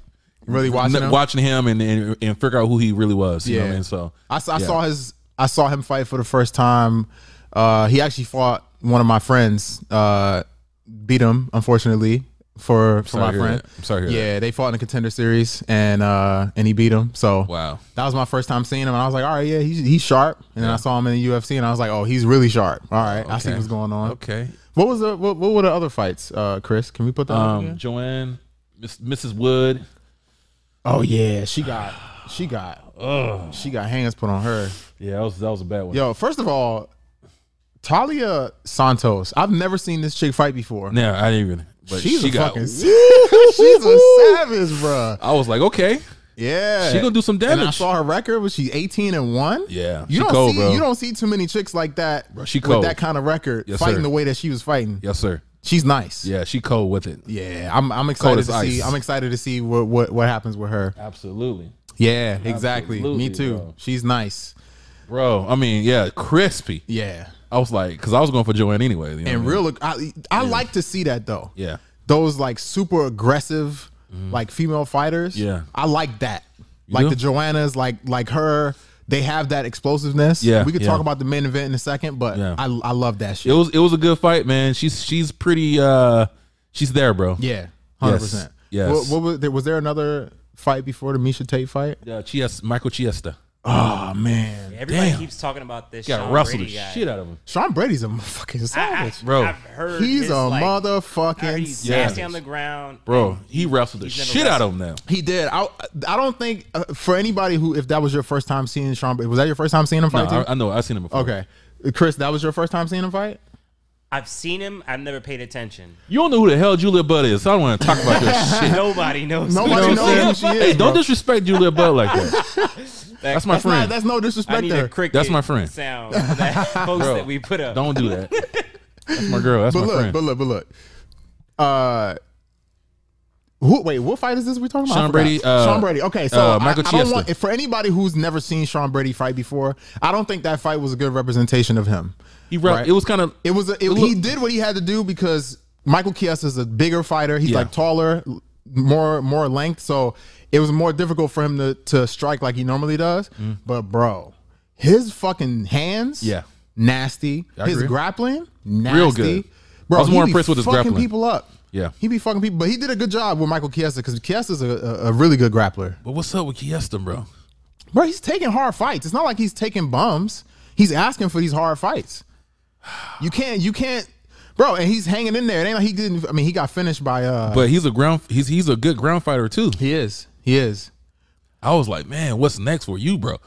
S2: Really watching
S1: n-
S2: him?
S1: watching him and, and and figure out who he really was. You know what I
S2: Yeah.
S1: mean? So
S2: I, s- I
S1: yeah.
S2: saw his I saw him fight for the first time. Uh he actually fought one of my friends, uh beat him, unfortunately, for, for
S1: sorry
S2: my
S1: to hear
S2: friend.
S1: that. I'm sorry to hear
S2: Yeah, they fought in the contender series and uh and he beat him. So
S1: Wow.
S2: That was my first time seeing him, and I was like, "All right, yeah, he's, he's sharp." And then I saw him in the UFC, and I was like, "Oh, he's really sharp." All right, I see
S1: Okay.
S2: what's going on.
S1: Okay.
S2: What was the what, what were the other fights, uh, Chris? Can we put that? up
S1: Um,
S2: again?
S1: Joanne, Miss, Mrs. Wood.
S2: Oh yeah, she got she got she got hands put on her.
S1: Yeah, that was that was a bad one.
S2: Yo, first of all, Talia Santos. I've never seen this chick fight before.
S1: No, I didn't even. But
S2: she's
S1: she
S2: a
S1: got.
S2: fucking she's a savage, bruh.
S1: I was like, okay,
S2: Yeah,
S1: she gonna do some
S2: And I
S1: damage.
S2: saw her record was she eighteen and one.
S1: Yeah, she
S2: you don't
S1: cold,
S2: see
S1: bro.
S2: you don't see too many chicks like that.
S1: Bro, she
S2: with
S1: cold.
S2: that kind of record
S1: Yes,
S2: fighting
S1: sir.
S2: the way that she was fighting.
S1: yes, sir.
S2: She's nice.
S1: Yeah, she cold with it.
S2: yeah. I'm I'm excited
S1: as
S2: to see.
S1: ice.
S2: I'm excited to see what what what happens with her.
S1: Absolutely,
S2: Yeah, exactly.
S1: Absolutely,
S2: Me too.
S1: bro.
S2: She's nice.
S1: bro. I mean, yeah, crispy.
S2: Yeah,
S1: I was like, because I was going for Joanne anyway. you know
S2: and
S1: what I mean?
S2: real. I I like to see that though.
S1: Yeah. Mm-hmm.
S2: those like super aggressive like female fighters.
S1: Yeah.
S2: I like that. like
S1: do?
S2: the Joannas, like like her. They have that explosiveness.
S1: Yeah,
S2: we could
S1: yeah.
S2: talk about the main event in a second, but
S1: Yeah.
S2: I I love that shit.
S1: It was it was a good fight, man. She's she's pretty. uh She's there, bro.
S2: yeah, hundred
S1: Yes,
S2: percent.
S1: yes.
S2: What, what was there? Was there another fight before the Misha Tate fight?
S1: Yeah, Chies, Michael Chiesta Ah,
S2: Oh man,
S3: Everybody
S1: Damn.
S3: keeps talking about this.
S1: got
S3: Sean
S1: wrestled the
S3: Brady guy.
S1: shit out of him.
S2: Sean Brady's a motherfucking
S3: I, I,
S2: savage.
S1: Bro.
S3: I've heard
S2: He's
S3: his,
S2: a
S3: like, I heard
S2: motherfucking
S3: He's
S1: Yeah.
S3: nasty on the ground,
S1: bro. He wrestled the
S3: He's never
S1: shit out of him now.
S2: He did. I I don't think uh, for anybody who if that was your first time seeing Sean Brady, was that your first time seeing him
S1: No,
S2: fight?
S1: I,
S2: too?
S1: I know. I've seen him before.
S2: okay, Chris, that was your first time seeing him fight.
S3: I've seen him. I've never paid attention.
S1: You don't know who the hell Julia Budd is. So I don't want to talk about this shit.
S3: Nobody knows.
S1: You
S2: Nobody
S1: know
S2: You
S1: what
S2: know
S1: I'm saying?
S2: who she is,
S1: hey, don't
S2: bro.
S1: disrespect Julia Budd like that. That's my
S2: That's
S1: friend.
S2: not. That's no
S3: I
S2: disrespect
S3: need
S2: there.
S3: a cricket.
S1: That's my friend.
S3: Sound for that post that we put up.
S1: don't do that. That's my girl. That's
S2: but
S1: my
S2: look,
S1: friend.
S2: but look, but look. Uh, who, wait, what fight is this we're talking about?
S1: Sean
S2: I forgot.
S1: Brady, uh,
S2: Sean Brady. Okay, so
S1: uh,
S2: I-
S1: Michael
S2: I, don't
S1: Chiesa.
S2: want if for anybody who's never seen Sean Brady fight before, I don't think that fight was a good representation of him.
S1: he re-
S2: Right.
S1: It was kind of.
S2: It was a, it, he did what he had to do because Michael Chiesa is a bigger fighter. He's
S1: Yeah.
S2: like taller, more more length, so it was more difficult for him to to strike like he normally does. But bro, his fucking hands,
S1: Mm. Yeah.
S2: nasty.
S1: I
S2: his
S1: agree.
S2: grappling, nasty.
S1: Real good.
S2: Bro,
S1: I was
S2: he
S1: more
S2: be
S1: impressed with his
S2: fucking
S1: grappling.
S2: people up.
S1: Yeah.
S2: he be fucking people, but he did a good job with Michael Chiesa because Chiesa's a, a, a really good grappler.
S1: But what's up with Chiesta, bro?
S2: Bro, he's taking hard fights. It's not like he's taking bums. He's asking for these hard fights. You can't, you can't, bro. And he's hanging in there. It ain't like he didn't. I mean, he got finished by. uh
S1: But he's a ground. He's he's a good ground fighter too.
S2: He is. He is.
S1: I was like, man, what's next for you, bro?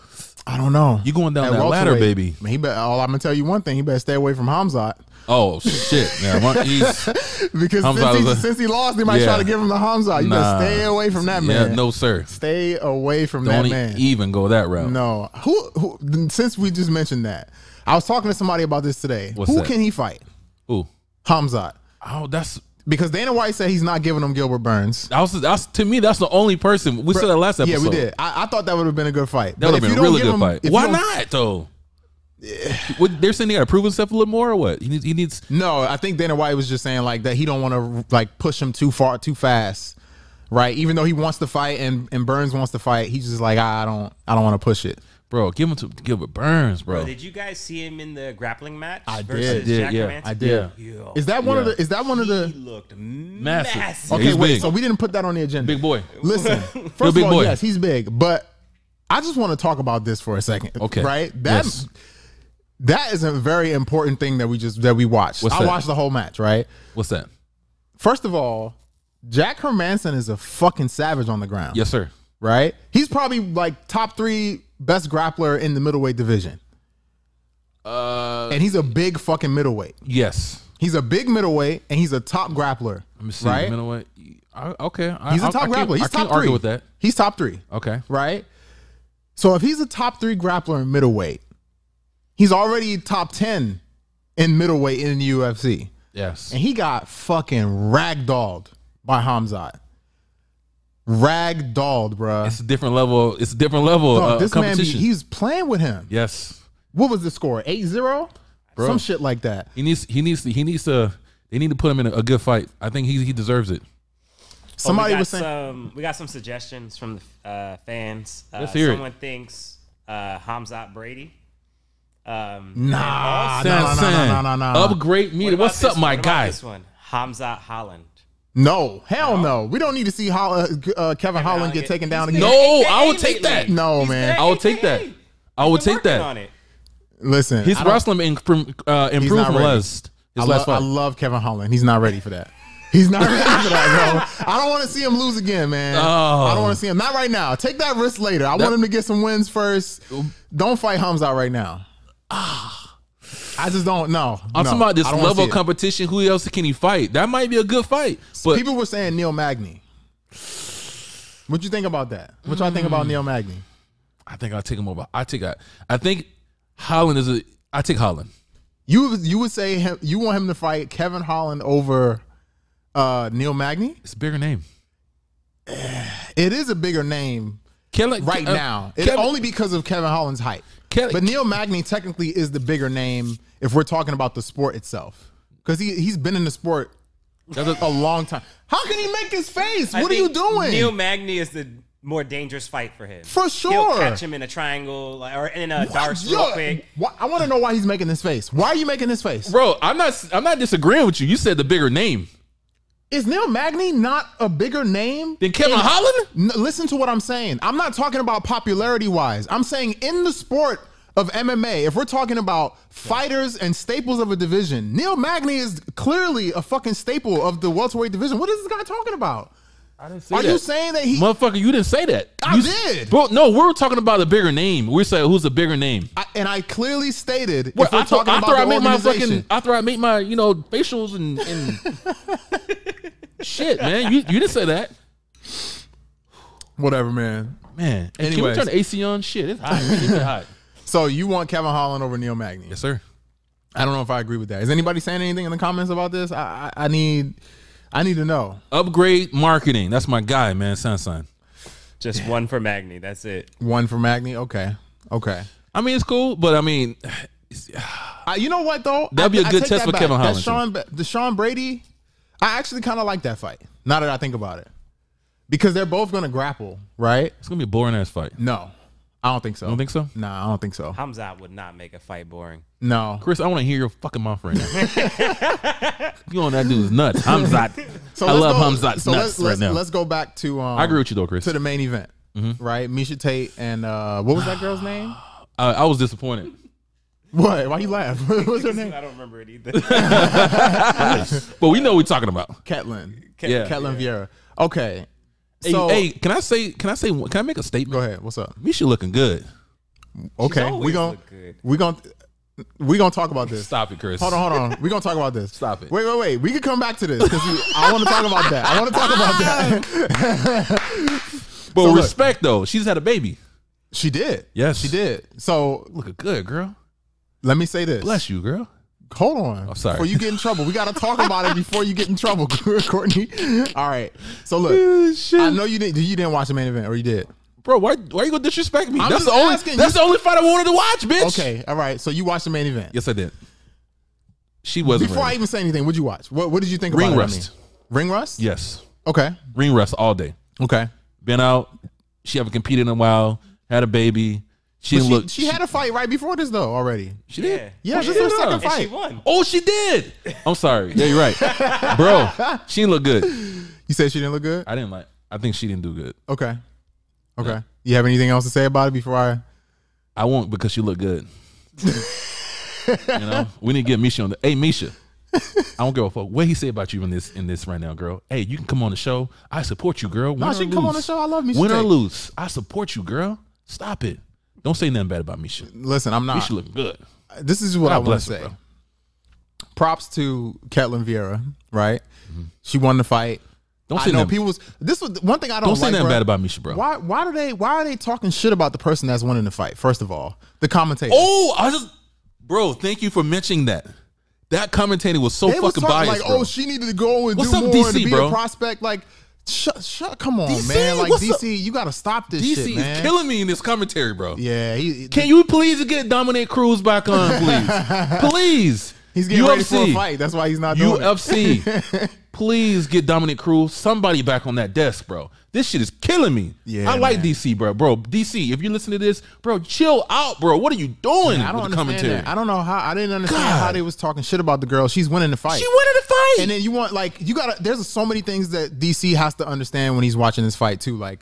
S2: I don't know.
S1: You going down that ladder,
S2: welterweight,
S1: baby.
S2: Man, he better, all I'm gonna tell you one thing. He better stay away from Hamzat
S1: Oh shit, man. Why- he's-
S2: because
S1: Hamzat
S2: since, he,
S1: was a-
S2: since he lost, they might
S1: Yeah.
S2: try to give him the Hamzat. You
S1: Nah.
S2: better stay away from that
S1: yeah,
S2: man.
S1: no sir.
S2: stay away from
S1: Don't
S2: that
S1: e-
S2: man.
S1: even go that route.
S2: No. Who, who? Since we just mentioned that, I was talking to somebody about this today.
S1: What's
S2: who
S1: that?
S2: can he fight?
S1: Ooh.
S2: Hamzat.
S1: Oh, that's
S2: because Dana White said he's not giving him Gilbert Burns.
S1: I was that's to me. That's the only person we said that last episode.
S2: Yeah, we did. I, I thought that would have been a good fight. But
S1: That would
S2: if
S1: have
S2: you
S1: been
S2: don't
S1: a really
S2: give
S1: good
S2: him-
S1: fight.
S2: if you
S1: Why
S2: don't-
S1: not though? What, they're saying they got to prove himself a little more, or what? He needs. He needs.
S2: No, I think Dana White was just saying like that he don't want to like push him too far too fast, right? Even though he wants to fight and and Burns wants to fight, he's just like I don't I don't want to push it.
S1: Bro, give him to Gilbert Burns, bro.
S3: Did you guys see him in the grappling match? I
S2: did.
S1: I
S3: Versus
S1: did,
S3: Jack
S1: yeah,
S3: Hermanson?
S1: I did.
S3: Yo,
S2: Is that one of
S1: Yeah.
S2: the? Is that one of
S3: he
S2: the?
S3: looked
S1: Massive.
S3: massive.
S1: Yeah,
S2: Okay,
S1: he's
S2: wait.
S1: big.
S2: So we didn't put that on the agenda.
S1: Big boy.
S2: Listen, first of
S1: big
S2: all,
S1: boy.
S2: yes, he's big, but I I just want to talk about this for a second.
S1: Okay.
S2: Right? That
S1: Yes.
S2: that is a very important thing that we just that we watched.
S1: What's
S2: I
S1: that?
S2: watched the whole match, right?
S1: What's that?
S2: First of all, Jack Hermanson is a fucking savage on the ground.
S1: Yes, sir.
S2: Right? He's probably like top three best grappler in the middleweight division. Uh, and he's a big fucking middleweight.
S1: Yes.
S2: He's a big middleweight and he's a top grappler.
S1: Let me see.
S2: Right?
S1: Middleweight. I, okay. I,
S2: He's
S1: I-
S2: a top
S1: I can't-
S2: grappler.
S1: I
S2: He's
S1: can't
S2: top
S1: argue
S2: three.
S1: with that.
S2: He's top three.
S1: Okay.
S2: right? So if he's a top three grappler in middleweight, he's already top 10 in middleweight in the UFC.
S1: Yes.
S2: And he got fucking ragdolled by Hamzat. Ragdolled, bruh.
S1: It's a different level. It's a different level
S2: Dog,
S1: of uh,
S2: this man, be,
S1: competition.
S2: he's playing with him.
S1: yes.
S2: What was the score? 8 0? Some shit like that.
S1: He needs. He needs. to- He needs to. They need to put him in a, a good fight. I think he he deserves it.
S2: Somebody
S3: Oh, we got
S2: was saying,
S3: some, we got some suggestions from the uh, fans. Uh,
S1: Let's hear it.
S3: someone thinks uh, Hamzat Brady. Um,
S2: nah,
S1: San,
S2: nah, nah,
S1: San,
S2: nah, nah, nah, nah.
S1: Upgrade me.
S3: What
S1: What's
S3: about
S1: up,
S3: this-
S1: my
S3: what about
S1: guy?
S3: This one, Hamzat Holland.
S2: No, hell no. We don't need to see Hol- uh, uh, Kevin Holland
S3: Holland
S2: get
S3: get-
S2: taken down
S3: he's
S2: again.
S1: No,
S3: AKA
S1: I would take that.
S3: lately.
S2: No,
S3: He's
S2: man.
S3: there,
S1: I would take
S3: AKA.
S1: that. I would
S3: He's been
S1: take that.
S3: working On it.
S2: Listen,
S1: His
S2: I don't-
S1: wrestling improve, uh, improved
S2: not
S1: from
S2: ready.
S1: last his
S2: I,
S1: last
S2: love, I
S1: fight.
S2: love Kevin Holland. He's not ready for that. He's not ready for that, bro. I don't want to see him lose again, man.
S1: Oh.
S2: I don't want to see him. Not right now. Take that risk later. I want him to get some wins first. Don't fight Hamza right now. I just don't know.
S1: Ah. I'm talking about this level of
S2: company.
S1: competition. Who else can he fight? That might be a good fight. But
S2: People were saying Neil Magny. What you think about that? What y'all think
S1: Mm.
S2: about Neil Magny?
S1: I think I'll take him over. I take I, I think Holland is a I take Holland.
S2: You you would say him, you want him to fight Kevin Holland over uh, Neil Magny?
S1: It's a bigger name.
S2: It is a bigger name
S1: Kelly,
S2: right
S1: uh,
S2: now. It's
S1: Kelly-
S2: only because of Kevin Holland's height.
S1: Kelly-
S2: but Neil Magny technically is the bigger name if we're talking about the sport itself. Because he, he's been in the sport a long time. How can he make his face?
S3: I
S2: what are you
S3: think
S2: doing?
S3: Neil Magny is the more dangerous fight for him.
S2: For
S3: He'll
S2: sure.
S3: catch him in a triangle like, or in a
S2: What?
S3: dark real
S2: Yo,
S3: quick.
S2: why- I want to know why he's making this face. Why are you making this face?
S1: bro, I'm not I'm not disagreeing with you. You said the bigger name
S2: Is Neil Magny not a bigger name?
S1: than Kevin Holland.
S2: N- listen to what I'm saying. I'm not talking about popularity wise. I'm saying in the sport of MMA, if we're talking about fighters and staples of a division, Neil Magny is clearly a fucking staple of the welterweight division. What is this guy talking about?
S1: I didn't say
S2: Are you saying that he?
S1: motherfucker? You didn't say that.
S2: I
S1: You-
S2: did.
S1: bro. No, we we're talking about a bigger name. We're saying who's a bigger name.
S2: I, and I clearly stated
S1: Bro,
S2: if we're
S1: I thought
S2: talking
S1: after
S2: about
S1: I
S2: the
S1: made my
S2: organization.
S1: fucking after I made my you know facials and, and shit, man. You you didn't say that,
S2: whatever, man.
S1: man. Hey, can we
S2: Anyways.
S1: turn the AC on? Shit, it's hot. It's hot.
S2: So you want Kevin Holland over Neil Magny?
S1: Yes, sir.
S2: I don't know if I agree with that. Is anybody saying anything in the comments about this? I, I, I need, I need to know.
S1: Upgrade marketing. That's my guy, man. Sunshine.
S3: Just one for Magny. That's it.
S2: One for Magny. Okay. Okay.
S1: I mean, it's cool, but I mean, it's-
S2: Uh, you know what though?
S1: That'd be
S2: a
S1: a good test for Kevin
S2: That
S1: Holland,
S2: Sean, the Sean Brady, I actually kind of like that fight. Now that I think about it, because they're both going to grapple, right?
S1: it's gonna be a boring ass fight.
S2: No, I don't think so.
S1: don't think so?
S2: Nah, I don't think so.
S3: Hamzat would not make a fight boring.
S2: No.
S1: Chris, I want to hear your fucking mouth right now. you on that dude's nuts, Hamzat. I
S2: let's
S1: love
S2: go-
S1: Hamzat's
S2: let's,
S1: nuts
S2: let's,
S1: right now.
S2: Let's go back to um,
S1: I agree with Mm-hmm. you though, Chris.
S2: to the main event, right? Misha Tate and uh, what was that girl's name?
S1: I, I was disappointed.
S2: What? Why you laugh? What's her name?
S3: I don't remember it either.
S1: But we know what we're talking about.
S2: Ketlin.
S1: Yeah.
S2: Ketlin Vieira. Okay.
S1: Hey,
S2: So
S1: hey, can I say? Can I say? one- Can I make a
S2: go
S1: statement?
S2: ahead. What's up?
S1: Misha looking good.
S2: Okay, we
S3: always
S2: going
S3: looked good.
S2: we going we gonna talk about this.
S1: Stop it, Chris.
S2: Hold on, hold on. We gonna talk about this.
S1: Stop it.
S2: Wait, wait, wait. We could come back to this because I want to talk about that. I want to talk about
S1: Ah.
S2: that.
S1: But
S2: look-
S1: respect though, she's had a baby.
S2: She did.
S1: Yes.
S2: she did. So
S1: Looking good, girl.
S2: let me say this.
S1: Bless you, girl.
S2: Hold on. I'm
S1: sorry.
S2: Before you get in trouble, we gotta talk about it before you get in trouble, Courtney. All right. So look, I know you didn't. You didn't watch the main event, or you did.
S1: Bro, why why you gonna disrespect me?
S2: I'm
S1: that's
S2: just
S1: the only
S2: asking.
S1: that's the only fight I wanted to watch, bitch.
S2: Okay. All right. So you watched the main event.
S1: Yes, I did. She wasn't.
S2: Before I
S1: ready.
S2: even say anything, what'd you watch? What What did you think about
S1: Ring
S2: it, I
S1: rust.
S2: mean? Ring rust.
S1: yes,
S2: Okay.
S1: ring rust all day.
S2: Okay.
S1: Been out. She haven't competed in a while. Had a baby. She
S2: But
S1: didn't
S2: she,
S1: look.
S2: she, had a fight right before this though already.
S1: She did.
S2: Yeah,
S1: Oh,
S2: this is her
S1: did,
S2: second
S1: huh?
S2: fight.
S3: And she won.
S1: Oh, she did. I'm sorry. Yeah, you're right, bro. She didn't look good.
S2: You said she didn't look good.
S1: I didn't like. I think she didn't do good.
S2: Okay. Okay. You have anything else to say about it before I?
S1: I won't because you look good. you know, we need to get Misha on the. Hey, Misha, I don't give a fuck what he say about you in this in this right now, girl. Hey, you can come on the show. I support you, girl. Win
S2: No,
S1: or
S2: she can come on the
S1: lose.
S2: show. I love Misha
S1: Win or
S2: Tate.
S1: lose, I support you, girl. Stop it. Don't say nothing bad about Misha.
S2: Listen, I'm not.
S1: Misha looking good.
S2: this is what
S1: God
S2: I want
S1: bless
S2: to
S1: her,
S2: say.
S1: bro.
S2: Props to Ketlin Vieira, right? She won the fight.
S1: Mm-hmm. Don't
S2: I
S1: say
S2: know
S1: nothing.
S2: people was this was one thing I don't,
S1: Don't say
S2: like,
S1: nothing
S2: bro.
S1: bad about Misha, bro.
S2: Why why do they why are they talking shit about the person that's winning the fight? First of all, the commentator.
S1: Oh, I just, bro. Thank you for mentioning that. That commentating was so
S2: they was
S1: fucking
S2: talking
S1: biased,
S2: like,
S1: bro.
S2: oh, she needed to go and
S1: What's
S2: do
S1: up,
S2: more and
S1: DC,
S2: to be
S1: bro?
S2: a prospect. Like, shut, shut, come on,
S1: DC,
S2: man. Like
S1: what's
S2: DC,
S1: up?
S2: you gotta stop this
S1: DC
S2: shit, man.
S1: is killing me in this commentary, bro.
S2: yeah, he,
S1: Can you please get Dominic Cruz back on, please? please.
S2: he's getting ready for a fight. That's why he's not doing it.
S1: UFC. please get Dominic Cruz, somebody back on that desk, bro. This shit is killing me.
S2: Yeah,
S1: I like
S2: man.
S1: DC, bro. Bro, DC, if you listen to this, bro, chill out, bro. What are you doing
S2: I don't
S1: with the
S2: understand
S1: commentary?
S2: that. I don't know how. I didn't understand
S1: God.
S2: how they was talking shit about the girl. She's winning the fight.
S1: she wanted to fight.
S2: and then you want like you gotta there's so many things that dc has to understand when he's watching this fight too like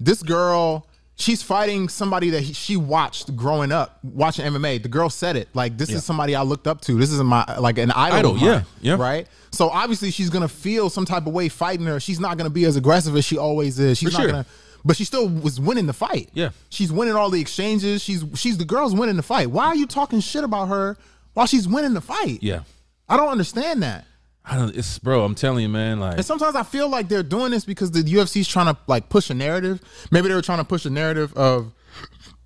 S2: this girl she's fighting somebody that he, she watched growing up watching mma the girl said it like this is somebody i looked up to this is my like an idol,
S1: Idol,
S2: of mine,
S1: yeah, yeah.
S2: right so obviously she's gonna feel some type of way fighting her she's not gonna be as aggressive as she always is she's
S1: For
S2: not
S1: sure.
S2: gonna but she still was winning the fight
S1: Yeah.
S2: she's winning all the exchanges she's she's the girl's winning the fight why are you talking shit about her while she's winning the fight
S1: yeah.
S2: i don't understand that
S1: I don't it's bro, I'm telling you, man, like
S2: and sometimes I feel like they're doing this because the UFC's trying to like push a narrative. Maybe they were trying to push a narrative of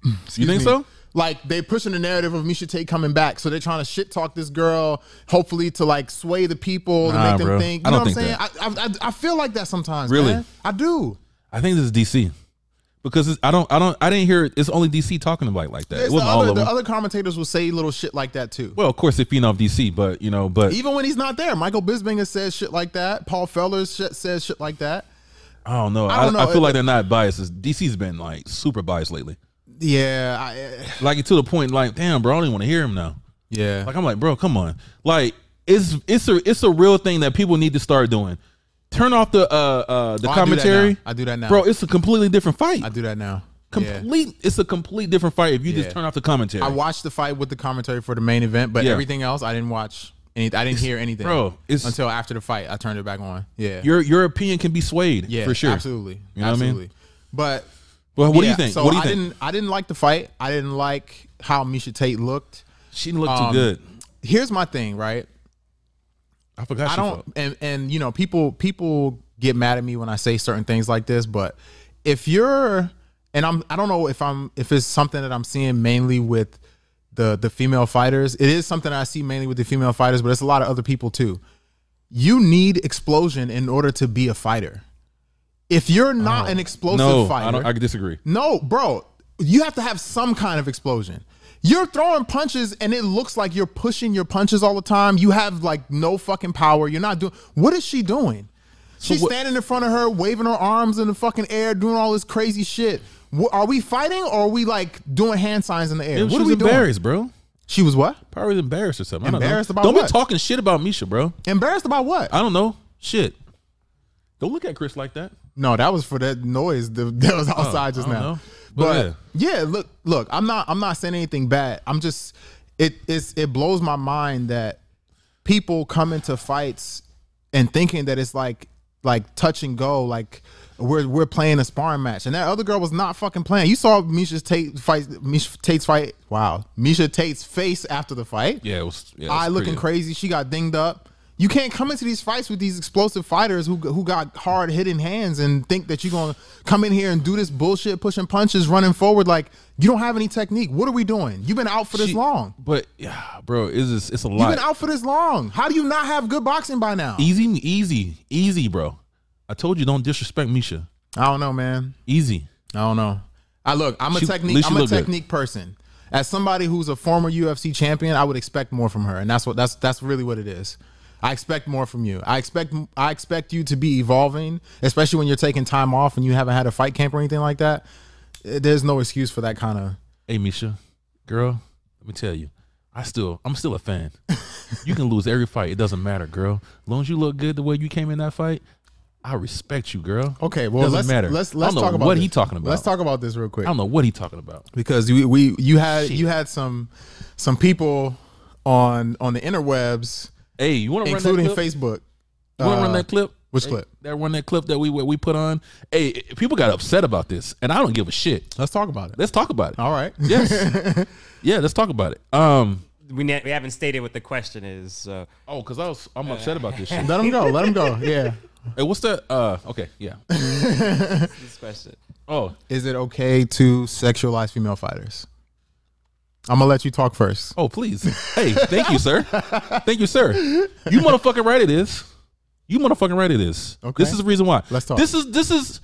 S1: you
S2: me,
S1: think so?
S2: Like they pushing the narrative of Misha Tate coming back, so they're trying to shit talk this girl, hopefully to like sway the people to
S1: Nah,
S2: make them
S1: bro.
S2: think. You
S1: I
S2: know
S1: don't
S2: what I'm saying?
S1: think
S2: I, I, I I feel like that sometimes.
S1: Really?
S2: man. I do.
S1: I think this is DC. Because it's, I don't I don't I didn't hear it. it's only DC talking about it like that. It
S2: It's the
S1: wasn't all
S2: other,
S1: of
S2: the
S1: them.
S2: other commentators will say little shit like that too.
S1: well, of course if you know DC, but you know, but
S2: Even when he's not there, Michael Bisping has said shit like that. Paul Fellers sh- says shit like that.
S1: I don't know. I,
S2: I don't
S1: I
S2: know.
S1: feel like they're not biased. It's- DC's been like super biased lately.
S2: Yeah, I, eh,
S1: Like to the point, like damn, bro, I don't even want to hear him now.
S2: yeah.
S1: Like I'm like, bro, come on. Like it's it's a it's a real thing that people need to start doing. Turn off the uh
S2: Oh, I
S1: uh the
S2: do that
S1: commentary.
S2: now. I do that now.
S1: bro. It's a completely different fight.
S2: I do that now. Yeah.
S1: complete. It's a complete different fight if you just
S2: Yeah.
S1: turn off the commentary.
S2: I watched the fight with the commentary for the main event, but
S1: Yeah.
S2: everything else I didn't watch. Any, I didn't hear anything,
S1: bro, it's-
S2: until after the fight, I turned it back on. Yeah,
S1: your your opinion can be swayed.
S2: yeah,
S1: for sure.
S2: absolutely,
S1: You know what I mean?
S2: absolutely. But
S1: Well, what do
S2: yeah,
S1: you think?
S2: So
S1: what do you
S2: I
S1: think?
S2: didn't, I didn't like the fight. I didn't like how Misha Tate looked.
S1: she didn't look
S2: um,
S1: too good.
S2: Here's my thing, right?
S1: I forgot.
S2: I
S1: she
S2: don't,
S1: fought.
S2: and and you know, people people get mad at me when I say certain things like this, but if you're, and I'm, I don't know if I'm, if it's something that I'm seeing mainly with the the female fighters. It is something I see mainly with the female fighters, but it's a lot of other people too. You need explosion in order to be a fighter. If you're not an explosive
S1: No,
S2: fighter,
S1: I don't. I disagree.
S2: no, bro, you have to have some kind of explosion. You're throwing punches and it looks like you're pushing your punches all the time. You have like no fucking power. You're not doing. What is she doing? She's
S1: what-
S2: standing in front of her, waving her arms in the fucking air, doing all this crazy shit. Wh- Are we fighting or are we like doing hand signs in the air?
S1: She
S2: what are
S1: was
S2: we doing?
S1: embarrassed, bro.
S2: She was what?
S1: Probably was embarrassed or something. I don't know.
S2: Embarrassed about
S1: Don't
S2: what?
S1: be talking shit about Misha, bro.
S2: Embarrassed about what?
S1: I don't know. Shit. Don't look at Chris like that.
S2: No, that was for that noise th- that was outside just
S1: Oh, I don't
S2: now.
S1: know. But
S2: But, yeah. look, look, I'm not, I'm not saying anything bad. I'm just, it, it's, it blows my mind that people come into fights and thinking that it's like, like touch and go, like we're we're playing a sparring match, and that other girl was not fucking playing. You saw Misha Tate fight, Misha Tate's fight. Wow, Misha Tate's face after the fight
S1: Yeah, it was. Yeah, it was
S2: eye looking
S1: pretty-
S2: crazy. She got dinged up. You can't come into these fights with these explosive fighters who who got hard hitting hands and think that you're gonna come in here and do this bullshit, pushing punches, running forward like you don't have any technique. What are we doing? You've been out for this
S1: She-
S2: long.
S1: But yeah, bro, it's just, it's a
S2: You've
S1: lot.
S2: been out for this long. How do you not have good boxing by now?
S1: easy, easy, easy, bro. I told you don't disrespect Misha.
S2: I don't know, man.
S1: Easy.
S2: I don't know. I look. I'm a
S1: She- at
S2: technique.
S1: least she
S2: I'm a
S1: looked good.
S2: technique person. As somebody who's a former UFC champion, I would expect more from her, and that's what that's that's really what it is. I expect more from you. I expect I expect you to be evolving, especially when you're taking time off and you haven't had a fight camp or anything like that. Eh, There's no excuse for that kind of.
S1: Hey, Misha, girl, let me tell you, I still, I'm still a fan. you can lose every fight, it doesn't matter, girl. As long as you look good the way you came in that fight, I respect you, girl.
S2: Okay, well
S1: Doesn't
S2: let's
S1: matter.
S2: let's
S1: I
S2: let's
S1: don't know
S2: talk about
S1: what
S2: this.
S1: he talking about.
S2: Let's talk about this real quick
S1: I don't know what he talking about.
S2: because we, we you had you had some some people on on the interwebs,
S1: Hey, you want to run that
S2: including
S1: clip?
S2: Facebook.
S1: you want to
S2: uh,
S1: run that clip?
S2: which
S1: Hey,
S2: clip?
S1: That run that clip that we we put on. Hey, people got upset about this, and I don't give a shit.
S2: Let's talk about it.
S1: Let's talk about it.
S2: All right.
S1: Yes. yeah, let's talk about it. Um.
S3: We, ne- we haven't stated what the question is. So.
S1: Oh, cause I was I'm upset about this shit.
S2: let them go. Let them go. Yeah.
S1: Hey, what's that? Uh. Okay. Yeah.
S3: This question.
S1: Oh.
S2: Is it okay to sexualize female fighters? I'm gonna let you talk first.
S1: Oh, please. Hey, thank you, sir. Thank you, sir. You motherfucking right it is. You motherfucking right it is.
S2: Okay.
S1: This is the reason why.
S2: Let's talk.
S1: This is this is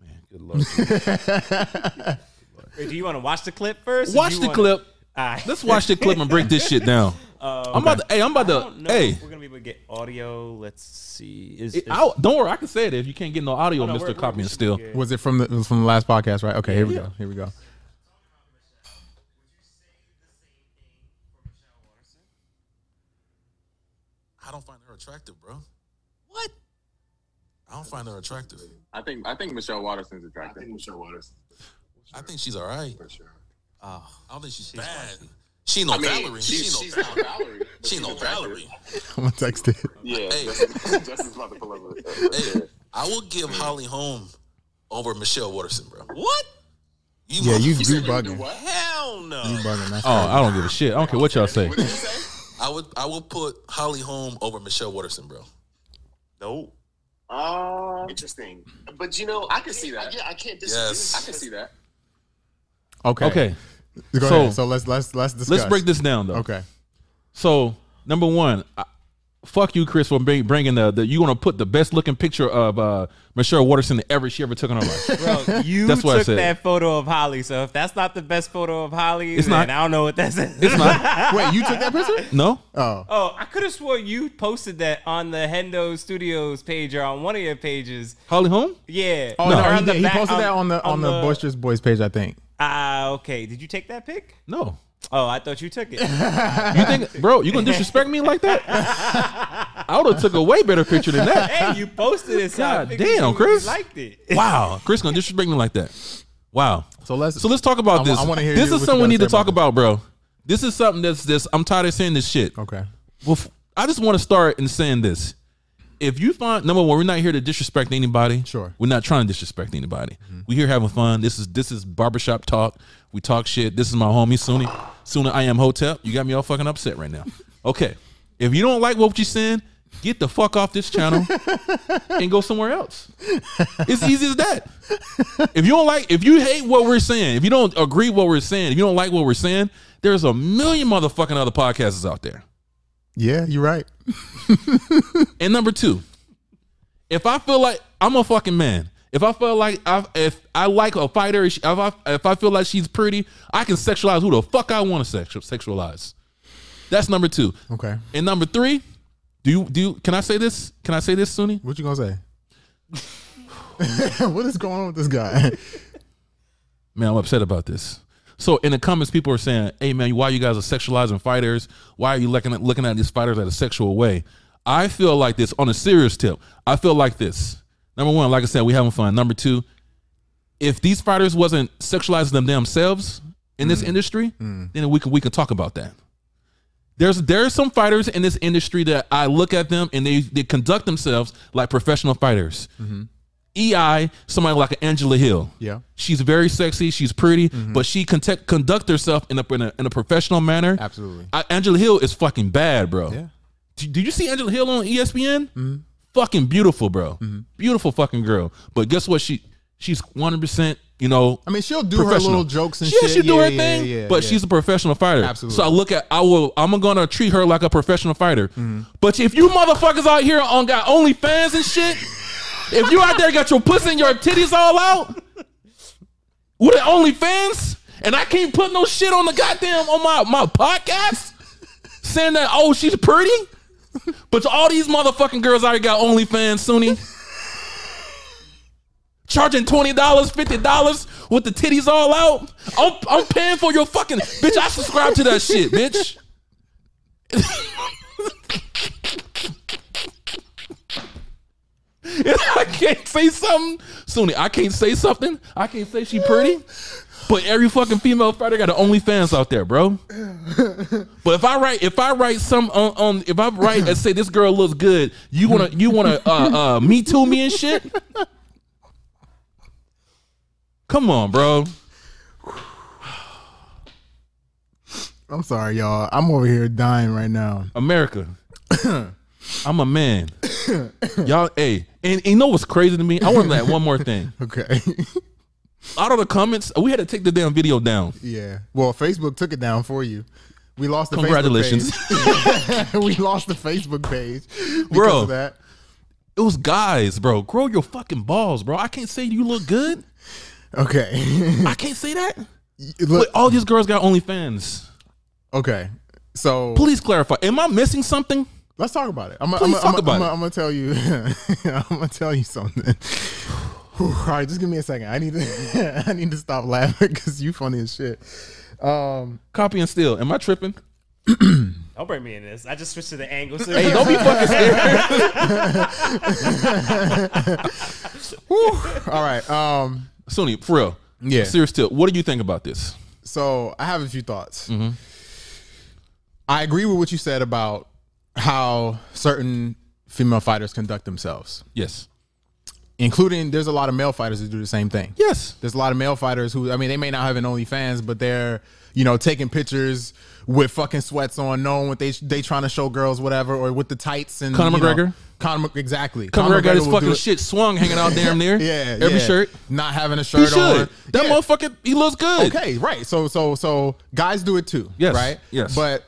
S1: man, good lord.
S3: Wait, do you want to watch the clip first? or
S1: watch
S3: you
S1: the
S3: wanna-
S1: clip.
S3: All right.
S1: Let's watch the clip and break this shit down. I'm about to, hey, I'm
S3: Uh, I
S1: about
S3: don't
S1: to
S3: know
S1: hey.
S3: if we're gonna be able to get audio. Let's see. Is,
S1: It,
S3: is-
S1: I'll, don't worry, I can say it if you can't get no audio,
S3: no, we're-
S1: Mr.
S3: we're-
S1: Copy
S3: we
S1: and
S3: should be
S1: Still.
S3: good.
S2: Was it from the it was from the last podcast, right? Okay, here we go. Here we go.
S4: I don't find her attractive, bro. What? I don't find her attractive.
S5: I think I think Michelle Watterson's attractive. I think Michelle Watterson.
S4: I think she's all right.
S5: Oh,
S4: I don't think she's, bad. She ain't no
S5: I mean,
S4: Valerie. She,
S5: she's,
S4: ain't
S5: she's
S4: no Valerie.
S5: not Valerie. but
S4: She ain't
S5: she's
S4: no
S5: attractive.
S4: Valerie.
S2: I'm gonna text it.
S5: Yeah,
S4: Hey.
S5: Justin's, Justin's about to pull up. a- a- a-
S4: Hey, I will give Holly Holm over Michelle Watterson, bro.
S1: Oh,
S3: what?
S4: You
S2: Yeah, you
S4: motherfucker-
S2: you bugging.
S5: What?
S4: Hell no.
S2: You bugging. That's
S1: Oh, I don't give a shit. I don't care what y'all say.
S5: What did you say?
S4: I would I would put Holly Holm over Michelle Watterson, bro.
S3: No.
S5: Uh, Interesting. But you know, I can see that. Yeah, I can't disagree.
S4: Yes.
S5: I can see that.
S2: okay.
S1: Oh, Okay.
S2: Go
S1: So-
S2: ahead. So let's let's let's discuss.
S1: Let's break this down though.
S2: Okay.
S1: So number one, I, fuck you, Chris, for bring, bringing the, the you want to put the best looking picture of uh, Michelle Waterson that ever she ever took in her life.
S3: Bro, Oh, you
S1: That's what I
S3: took
S1: said.
S3: that photo of Holly. So if that's not the best photo of Holly,
S1: It's
S3: then
S1: not.
S3: I don't know what that says.
S1: It's not.
S2: Wait, you took that picture?
S1: No.
S2: Oh.
S3: Oh, I could have swore you posted that on the Hendo Studios page or on one of your pages.
S1: Holly Holm.
S3: Yeah.
S2: Oh
S3: Or
S2: no,
S3: on
S2: he,
S3: the
S2: did. he
S3: back- um,
S2: posted that on the on, the, boisterous boys page, I think.
S3: Ah, okay. Did you take that pic?
S1: No.
S3: Oh, I thought you took it.
S1: You think, bro? You gonna disrespect me like that? I would have took a way better picture than that.
S3: hey, you posted it. So I
S1: God
S3: figured
S1: damn,
S3: you
S1: Chris.
S3: liked it.
S1: Wow, Chris gonna disrespect me like that. Wow.
S2: So let's
S1: So let's talk about
S2: I wa-
S1: this.
S2: I wanna hear
S1: this
S2: you-
S1: is
S2: what
S1: something we
S2: you
S1: need
S2: gotta
S1: to
S2: say
S1: talk about, bro. This is something that's this. I'm tired of seeing this shit.
S2: Okay.
S1: Well, f- I just want to start in saying this. If you find number one, we're not here to disrespect anybody.
S2: Sure.
S1: we're not trying to disrespect anybody. We're here having fun. This is this is barbershop talk. We talk shit. This is my homie Soonie. Sooner I am Hotep. You got me all fucking upset right now. Okay, if you don't like what you're saying, get the fuck off this channel and go somewhere else. It's easy as that. If you don't like, if you hate what we're saying, if you don't agree what we're saying, if you don't like what we're saying, there's a million motherfucking other podcasts out there.
S2: Yeah, you're right.
S1: And number two, if I feel like I'm a fucking man, if I feel like I if I like a fighter, if I if I feel like she's pretty, I can sexualize who the fuck I want to sexual, sexualize. That's number two.
S2: Okay.
S1: And number three, do you do you, can I say this? Can I say this, Sunny?
S2: What you gonna say? what is going on with this guy?
S1: Man, I'm upset about this. So in the comments, people are saying, "Hey, man, why you guys are sexualizing fighters? Why are you looking at looking at these fighters in a sexual way?" I feel like this on a serious tip. I feel like this. Number one, like I said, we having fun. Number two, if these fighters wasn't sexualizing them themselves in this industry, then we can we can talk about that. There's there's some fighters in this industry that I look at them and they they conduct themselves like professional fighters. EI, somebody like Angela Hill.
S2: Yeah.
S1: She's very sexy. She's pretty, but she can te- conduct herself in a, in a in a professional manner.
S2: Absolutely.
S1: I, Angela Hill is fucking bad, bro.
S2: Yeah.
S1: D- Did you see Angela Hill on E ESPN? Fucking beautiful, bro. Beautiful fucking girl. But guess what? She she's one hundred percent. You know,
S2: I mean, she'll do her little jokes and
S1: she,
S2: shit.
S1: She do
S2: Yeah,
S1: her
S2: yeah,
S1: thing,
S2: yeah,
S1: but
S2: yeah.
S1: she's a professional fighter.
S2: Absolutely.
S1: So I look at I will I'm gonna treat her like a professional fighter.
S2: Mm-hmm.
S1: But if you motherfuckers out here on got OnlyFans and shit, if you out there got your pussy and your titties all out with the OnlyFans, and I can't put no shit on the goddamn on my my podcast saying that oh she's pretty. But all these motherfucking girls already got OnlyFans, Sunny. Charging twenty dollars, fifty dollars with the titties all out. I'm, I'm paying for your fucking bitch. I subscribe to that shit, bitch. I can't say something. Suni, I can't say something. I can't say she pretty. But every fucking female fighter got the OnlyFans out there, bro. But if I write, if I write some on, on if I write and say this girl looks good, you wanna you wanna uh, uh, me too me and shit. Come on, bro.
S2: I'm sorry, y'all. I'm over here dying right now.
S1: America. I'm a man. Y'all, hey, and, and you know what's crazy to me? I want to add one more thing.
S2: Okay.
S1: Out of the comments, we had to take the damn video down.
S2: yeah. Well, Facebook took it down for you. We lost the
S1: Congratulations.
S2: Facebook page. we lost the Facebook page because
S1: Bro.
S2: of that.
S1: It was guys, bro. Grow your fucking balls, bro. I can't say you look good.
S2: Okay.
S1: I can't say that.
S2: Look,
S1: But all these girls got OnlyFans.
S2: okay. So
S1: Please clarify. Am I missing something?
S2: let's talk about it. I'm gonna
S1: Please talk about it.
S2: I'm gonna tell you. I'm gonna tell you something. Whew, all right, just give me a second. I need to. I need to stop laughing because you funny as shit. Um,
S1: Copy and steal. Am I tripping?
S3: Don't bring me in this. I just switched to the angle. So
S1: Hey, don't be fucking scared.
S2: whew. all right. Um,
S1: Sunny, for real.
S2: Yeah.
S1: Serious tip. What do you think about this?
S2: so I have a few thoughts.
S1: Mm-hmm.
S2: I agree with what you said about how certain female fighters conduct themselves,
S1: Yes.
S2: including there's a lot of male fighters who do the same thing.
S1: Yes.
S2: There's a lot of male fighters who, I mean, they may not have an OnlyFans, but they're, you know, taking pictures with fucking sweats on, knowing what they they trying to show girls, whatever, or with the tights and
S1: Conor
S2: you know,
S1: McGregor?
S2: Conor, exactly.
S1: Conor got his
S2: will do
S1: fucking
S2: it.
S1: shit swung hanging out damn near.
S2: Yeah,
S1: Every
S2: yeah.
S1: shirt.
S2: not having a shirt
S1: He should.
S2: on.
S1: That
S2: Yeah.
S1: motherfucker, he looks good.
S2: Okay, right. So so so guys do it too.
S1: Yes,
S2: Right.
S1: yes.
S2: But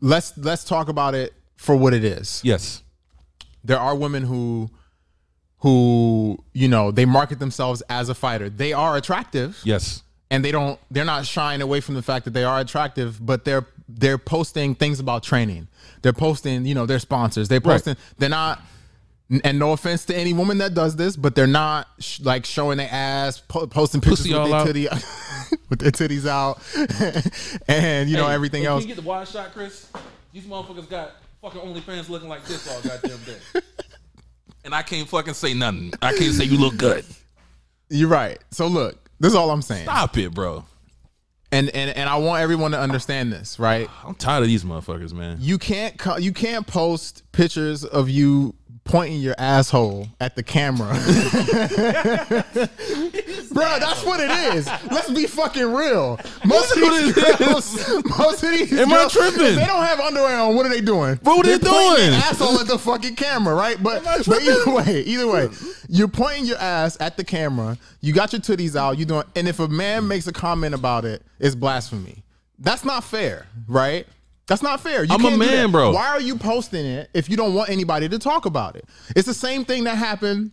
S2: let's let's talk about it for what it is.
S1: Yes.
S2: There are women who who you know they market themselves as a fighter. They are attractive
S1: Yes.
S2: and they don't they're not shying away from the fact that they are attractive but they're they're posting things about training they're posting you know their sponsors they're
S1: Right.
S2: posting they're not and no offense to any woman that does this but they're not sh- like showing their ass po- posting pictures
S1: Pussy
S2: with
S1: all
S2: their,
S1: out.
S2: titty, with their titties out and you know everything else
S1: get the wide shot, Chris? These motherfuckers got fucking OnlyFans looking like this all goddamn day. and I can't fucking say nothing. I can't say you look good.
S2: you're right so look this is all i'm saying
S1: Stop it, bro.
S2: and, and and i want everyone to understand this right
S1: I'm tired of these motherfuckers, man.
S2: you can't co- you can't post pictures of you pointing your asshole at the camera. Bro, that's what it is. Let's be fucking real. Most of
S1: what
S2: these
S1: it
S2: girls, most of these
S1: Am I
S2: girls,
S1: tripping?
S2: if They don't have underwear on. What are they doing?
S1: Bro, what are
S2: They're
S1: they
S2: pointing their
S1: doing?
S2: Asshole at the fucking camera, right? But, but either way, either way, you're pointing your ass at the camera. You got your titties out. You doing, and if a man makes a comment about it, it's blasphemy. That's not fair, right? That's not fair. You
S1: I'm a
S2: can't do
S1: man,
S2: that.
S1: bro.
S2: Why are you posting it if you don't want anybody to talk about it? It's the same thing that happened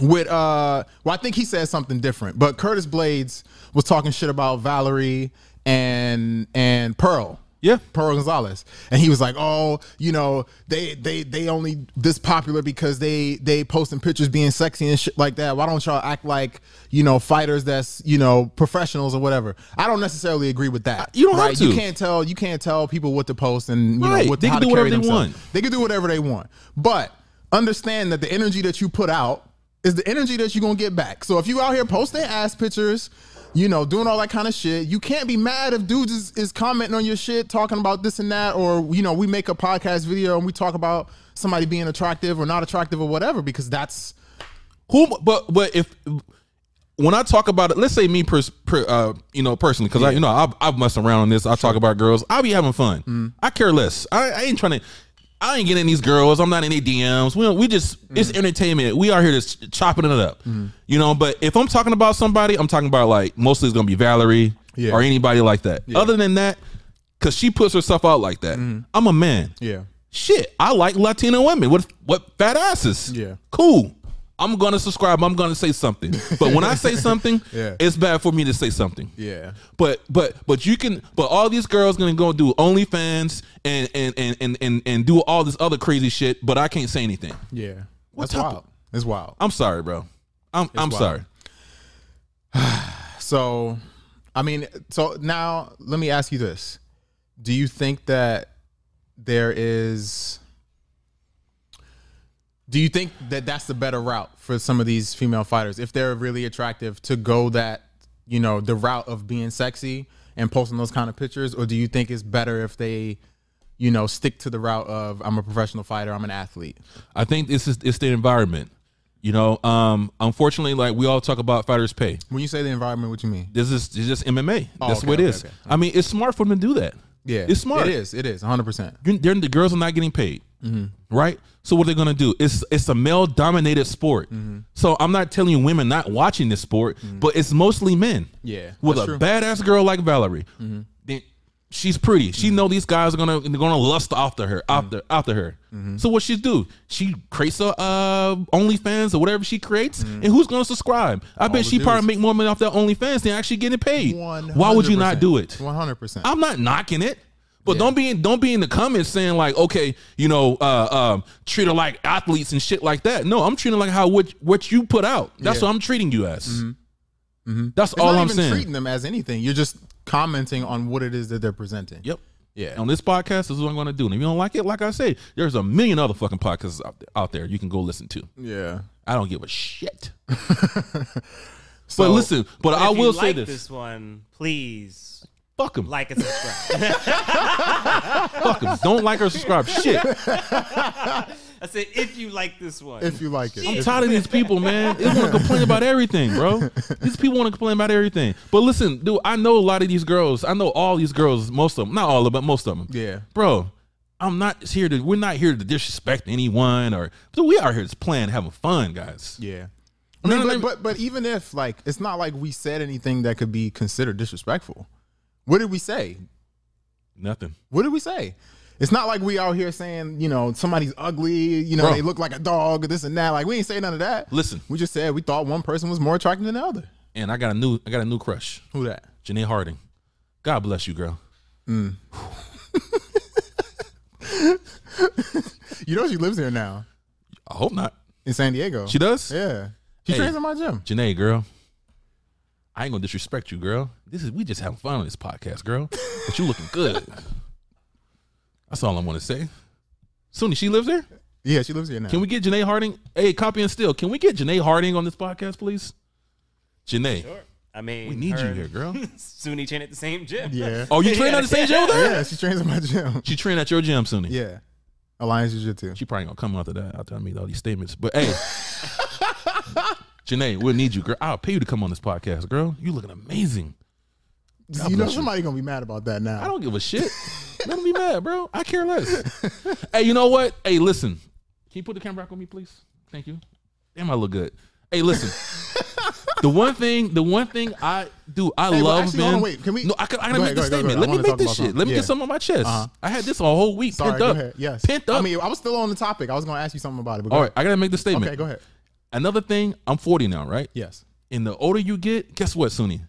S2: with uh well, I think he said something different, but Curtis Blades was talking shit about Valerie and and Pearl.
S1: Yeah.
S2: Pearl Gonzalez, and he was like, "Oh, you know, they they they only this popular because they they posting pictures being sexy and shit like that. Why don't y'all act like you know fighters that's you know professionals or whatever?" I don't necessarily agree with that.
S1: You don't have
S2: right?
S1: to.
S2: You can't tell you can't tell people what to post and you
S1: Right.
S2: know what
S1: They
S2: how to
S1: can do
S2: carry
S1: whatever they
S2: themselves.
S1: want.
S2: They can do whatever they want, but understand that the energy that you put out is the energy that you're gonna get back. So if you out here posting ass pictures, you know, doing all that kind of shit, you can't be mad if dudes is, is commenting on your shit, talking about this and that, or you know, we make a podcast video and we talk about somebody being attractive or not attractive or whatever, because that's
S1: Who? But but if when I talk about it, let's say me, pers- per, uh, you know, personally, because I you know I I mess around on this. I talk about girls. I be having fun. I care less. I, I ain't trying to. I ain't getting these girls. I'm not in their DMs. We don't- we just it's entertainment. We are here just ch- chopping it up, you know. But if I'm talking about somebody, I'm talking about like mostly it's gonna be Valerie
S2: Yeah.
S1: or anybody like that. Other than that, because she puts herself out like that. I'm a man
S2: yeah.
S1: shit, I like Latino women with what fat asses.
S2: Yeah.
S1: Cool. I'm gonna subscribe. I'm gonna say something. But when I say something,
S2: Yeah.
S1: it's bad for me to say something.
S2: Yeah.
S1: But but but you can but all these girls gonna go do OnlyFans and and and and and, and do all this other crazy shit, but I can't say anything.
S2: Yeah.
S1: What
S2: That's
S1: type of-
S2: wild. It's wild.
S1: I'm sorry, bro. I'm I'm
S2: wild.
S1: sorry.
S2: So, I mean, so now let me ask you this: Do you think that there is Do you think that that's the better route for some of these female fighters if they're really attractive to go that you know the route of being sexy and posting those kind of pictures, or do you think it's better if they you know stick to the route of I'm a professional fighter, I'm an athlete?
S1: I think this is it's the environment. You know, um, unfortunately, like we all talk about fighters pay.
S2: When you say the environment, what you mean?
S1: This is it's just MMA. That's
S2: Oh, okay,
S1: what it
S2: okay,
S1: is.
S2: okay.
S1: I mean, it's smart for them to do that.
S2: Yeah,
S1: it's smart.
S2: It is. It is 100. percent
S1: You- they're- the girls are not getting paid, right? So what they're gonna do? It's it's a male dominated sport. So I'm not telling you women not watching this sport, but it's mostly men.
S2: Yeah,
S1: with a
S2: that's true. Mm-hmm.
S1: badass girl like Valerie, then she's pretty. She know these guys are gonna they're gonna lust after her
S2: Mm-hmm.
S1: after after her. So what she do? She creates a uh, OnlyFans or whatever she creates, and who's gonna subscribe? I bet
S2: Mm-hmm. the
S1: she probably
S2: dudes.
S1: make more money off that OnlyFans than actually getting paid. Why would you not do it?
S2: 100. percent
S1: I'm not knocking it. But don't be in, don't be in the comments saying like, okay, you know, uh, um, treat her like athletes and shit like that. No, I'm treating her like how what what you put out. That's
S2: Yeah.
S1: what I'm treating you as. That's all
S2: not
S1: I'm
S2: even
S1: saying.
S2: treating them as anything. You're just commenting on what it is that they're presenting.
S1: Yep.
S2: Yeah.
S1: On this podcast, this is what I'm going to do. And if you don't like it, like I say, there's a million other fucking podcasts out, out there you can go listen to.
S2: Yeah.
S1: I don't give a shit.
S2: So
S1: but listen, but, I
S3: If you
S1: will say
S3: like
S1: this.
S3: this one, please
S1: Fuck them.
S3: like and subscribe.
S1: Fuck them. don't like or subscribe. Shit.
S3: I said, if you like this one,
S2: if you like it.
S1: I'm
S2: If-
S1: tired of these people, man. They want to complain about everything, bro. These people want to complain about everything. But listen, dude, I know a lot of these girls. I know all these girls, most of them, not all of them, but most of them.
S2: Yeah.
S1: Bro, I'm not here to, we're not here to disrespect anyone or, so we are here just playing, having fun, guys.
S2: Yeah. I mean,
S1: No, no,
S2: but, but but even if like it's not like we said anything that could be considered disrespectful. What did we say?
S1: Nothing.
S2: What did we say? It's not like we out here saying, you know, somebody's ugly, you know,
S1: Bro.
S2: they look like a dog, this and that. Like we ain't say none of that.
S1: Listen.
S2: We just said we thought one person was more attractive than the other.
S1: And I got a new, I got a new crush.
S2: Who that?
S1: Janae Harding. God bless you, girl.
S2: You know she lives here now
S1: I hope not.
S2: in San Diego.
S1: She does?
S2: Yeah. She
S1: Hey.
S2: trains in my gym.
S1: Janae, girl. I ain't gonna disrespect you, girl. This is we just having fun on this podcast, girl. But you looking good. That's all I'm gonna say. Soon as she lives there,
S2: Yeah, she lives here now.
S1: can we get Janae Harding? Hey, copy and still, can we get Janae Harding on this podcast, please? Janae,
S3: Sure. I mean,
S1: we need
S3: her
S1: you here, girl.
S3: and Suni train at the same gym.
S2: yeah.
S1: Oh, you train at the same gym with her?
S2: Yeah, she trains in my gym.
S1: She trained at your gym, Suni.
S2: Yeah. Alliance Jiu Jitsu.
S1: She probably gonna come after that after I made all these statements. But hey, Janae, we'll need you, girl. I'll pay you to come on this podcast, girl. You looking amazing.
S2: You know
S1: bless you.
S2: somebody gonna be mad about that now.
S1: I don't give a shit. Let him be mad, bro. I care less. hey, you know what? Hey, listen. Can you put the camera back on me, please? Thank you. Damn, I look good. Hey, listen. the one thing, the one thing I do, I
S2: well,
S1: love
S2: actually,
S1: man.
S2: hold on, wait. Can we-
S1: No, I, gotta- I
S2: Go ahead,
S1: gotta
S2: go
S1: make
S2: ahead,
S1: this
S2: go ahead,
S1: statement.
S2: go ahead.
S1: Let
S2: I
S1: me
S2: wanna
S1: make
S2: talk
S1: this
S2: about
S1: shit.
S2: something.
S1: Let me
S2: Yeah.
S1: get something on my chest.
S2: Uh-huh.
S1: I had this all whole week
S2: Sorry,
S1: pent
S2: go
S1: up.
S2: ahead. Yes.
S1: pent up.
S2: I mean, I was still on the topic. I was gonna ask you something about it. But go
S1: all right,
S2: ahead.
S1: I gotta make this statement.
S2: Okay, go ahead.
S1: Another thing, I'm 40 now, right?
S2: Yes.
S1: And the older you get, guess what, Sunny?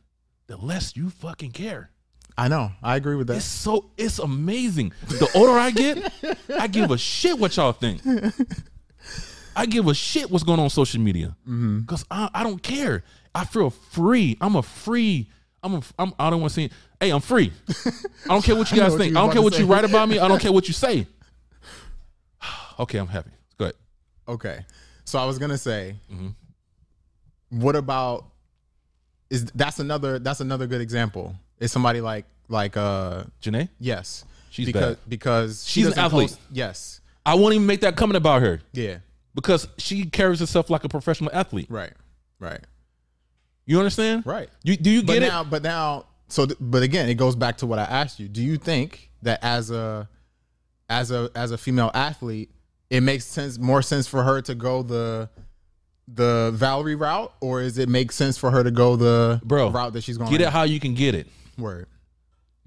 S1: The less you fucking care.
S2: I know. I agree with that.
S1: It's so it's amazing. The older I get, I give a shit what y'all think. I give a shit what's going on social media
S2: Mm-hmm.
S1: because I, I don't care. I feel free. I'm a free. I'm a. I'm, I don't want to see. Hey, I'm free. I don't care what you
S2: I know
S1: guys
S2: what
S1: think.
S2: you
S1: I don't
S2: was
S1: care
S2: about
S1: what
S2: to
S1: you
S2: say.
S1: write about me. I don't care what you say. okay, I'm happy. Go ahead.
S2: Okay. So I was gonna say,
S1: Mm-hmm.
S2: what about is that's another that's another good example. Is somebody like like uh
S1: Janae.
S2: yes.
S1: She's
S2: because
S1: bad.
S2: because she
S1: She's an
S2: doesn't
S1: athlete.
S2: post- yes.
S1: I won't even make that comment about her
S2: Yeah.
S1: because she carries herself like a professional athlete.
S2: Right. Right.
S1: You understand?
S2: Right.
S1: You do you
S2: but
S1: get it?
S2: now, but now, so, th- but again, it goes back to what I asked you. Do you think that as a, as a, as a female athlete, it makes sense more sense for her to go the, the Valerie route, or is it make sense for her to go the
S1: Bro,
S2: route that she's going?
S1: Get it how you can get it.
S2: Word.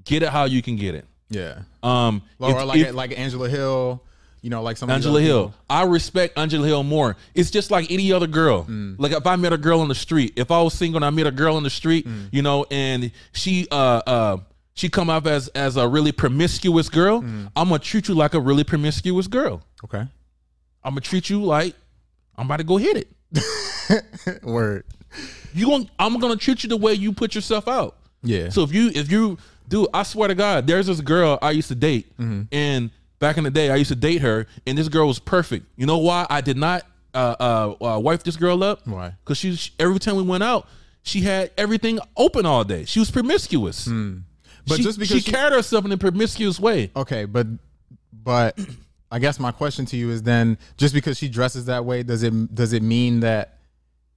S1: Get it how you can get it.
S2: Yeah.
S1: Um,
S2: Or
S1: if-
S2: like
S1: if-
S2: like Angela Hill, you know, like some of these
S1: Angela
S2: other
S1: Hill.
S2: people.
S1: I respect Angela Hill more. It's just like any other girl.
S2: Mm.
S1: Like if I met a girl on the street, if I was single and I met a girl on the street,
S2: Mm.
S1: you know, and she uh uh she come up as as a really promiscuous girl,
S2: Mm.
S1: I'm gonna treat you like a really promiscuous girl.
S2: Okay.
S1: I'm gonna treat you like I'm about to go hit it.
S2: Word.
S1: You going I'm gonna treat you the way you put yourself out.
S2: Yeah. Mm-hmm.
S1: So if you if you do, I swear to God, there's this girl I used to date, and back in the day, I used to date her, and this girl was perfect. You know why I did not uh, uh, uh, wife this girl up?
S2: Why?
S1: Because she, she every time we went out, she had everything open all day. She was promiscuous.
S2: Hmm. But
S1: she,
S2: just because
S1: she,
S2: she-
S1: carried herself in a promiscuous way,
S2: Okay, but but I guess my question to you is then just because she dresses that way, does it does it mean that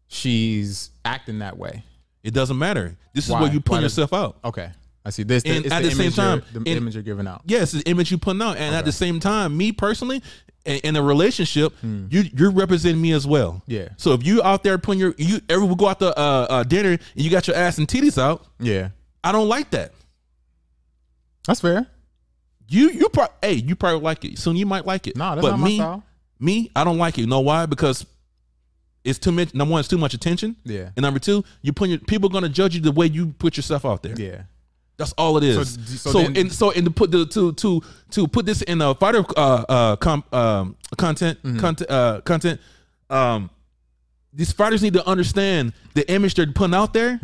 S2: she's acting that way?
S1: it doesn't matter. This is
S2: Why?
S1: where you
S2: Why
S1: put
S2: does-
S1: yourself out.
S2: Okay. I see this.
S1: And
S2: it's
S1: at the same
S2: image you're-
S1: time,
S2: the
S1: and-
S2: image you're giving out.
S1: Yes, it's the image you putting out, and at the same time, me personally, in, in a relationship,
S2: Hmm.
S1: you you're representing me as well.
S2: Yeah.
S1: So if you out there putting your you ever we go out to uh, uh, dinner and you got your ass and titties out,
S2: Yeah.
S1: I don't like that.
S2: That's fair.
S1: You you probably hey you probably like it. Soon you might like it.
S2: No, that's
S1: but
S2: not my
S1: me,
S2: style.
S1: Me, I don't like it. You know why? Because it's too much. Number one, it's too much attention.
S2: Yeah.
S1: And number two, you put your, people going to judge you the way you put yourself out there.
S2: Yeah.
S1: That's all it is.
S2: d-
S1: So,
S2: so
S1: so
S2: then-
S1: and so and to put the, to to to put this in a fighter uh uh com, um content
S2: Mm-hmm.
S1: content uh content um these fighters need to understand the image they're putting out there.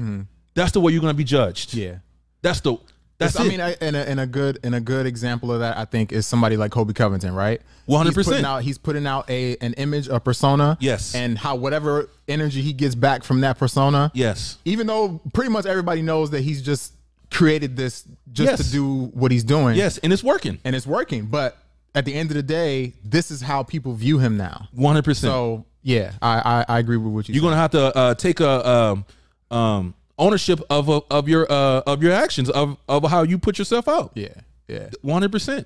S1: That's the way you're going to be judged.
S2: Mm-hmm. Yeah.
S1: That's the that's
S2: I
S1: it.
S2: mean, I, and, a, and a good and a good example of that, I think, is somebody like Kobe Covington, right?
S1: 100%.
S2: He's putting out, he's putting out a an image, a persona,
S1: Yes.
S2: and how whatever energy he gets back from that persona,
S1: yes.
S2: even though pretty much everybody knows that he's just created this just
S1: Yes.
S2: to do what he's doing,
S1: Yes, and it's working.
S2: and it's working. But at the end of the day, this is how people view him now.
S1: 100%.
S2: So yeah, I I, I agree with what you.
S1: you're going to have to uh take a um um ownership of of, of your uh of your actions of of how you put yourself out.
S2: said. yeah, yeah.
S1: 100%. 100%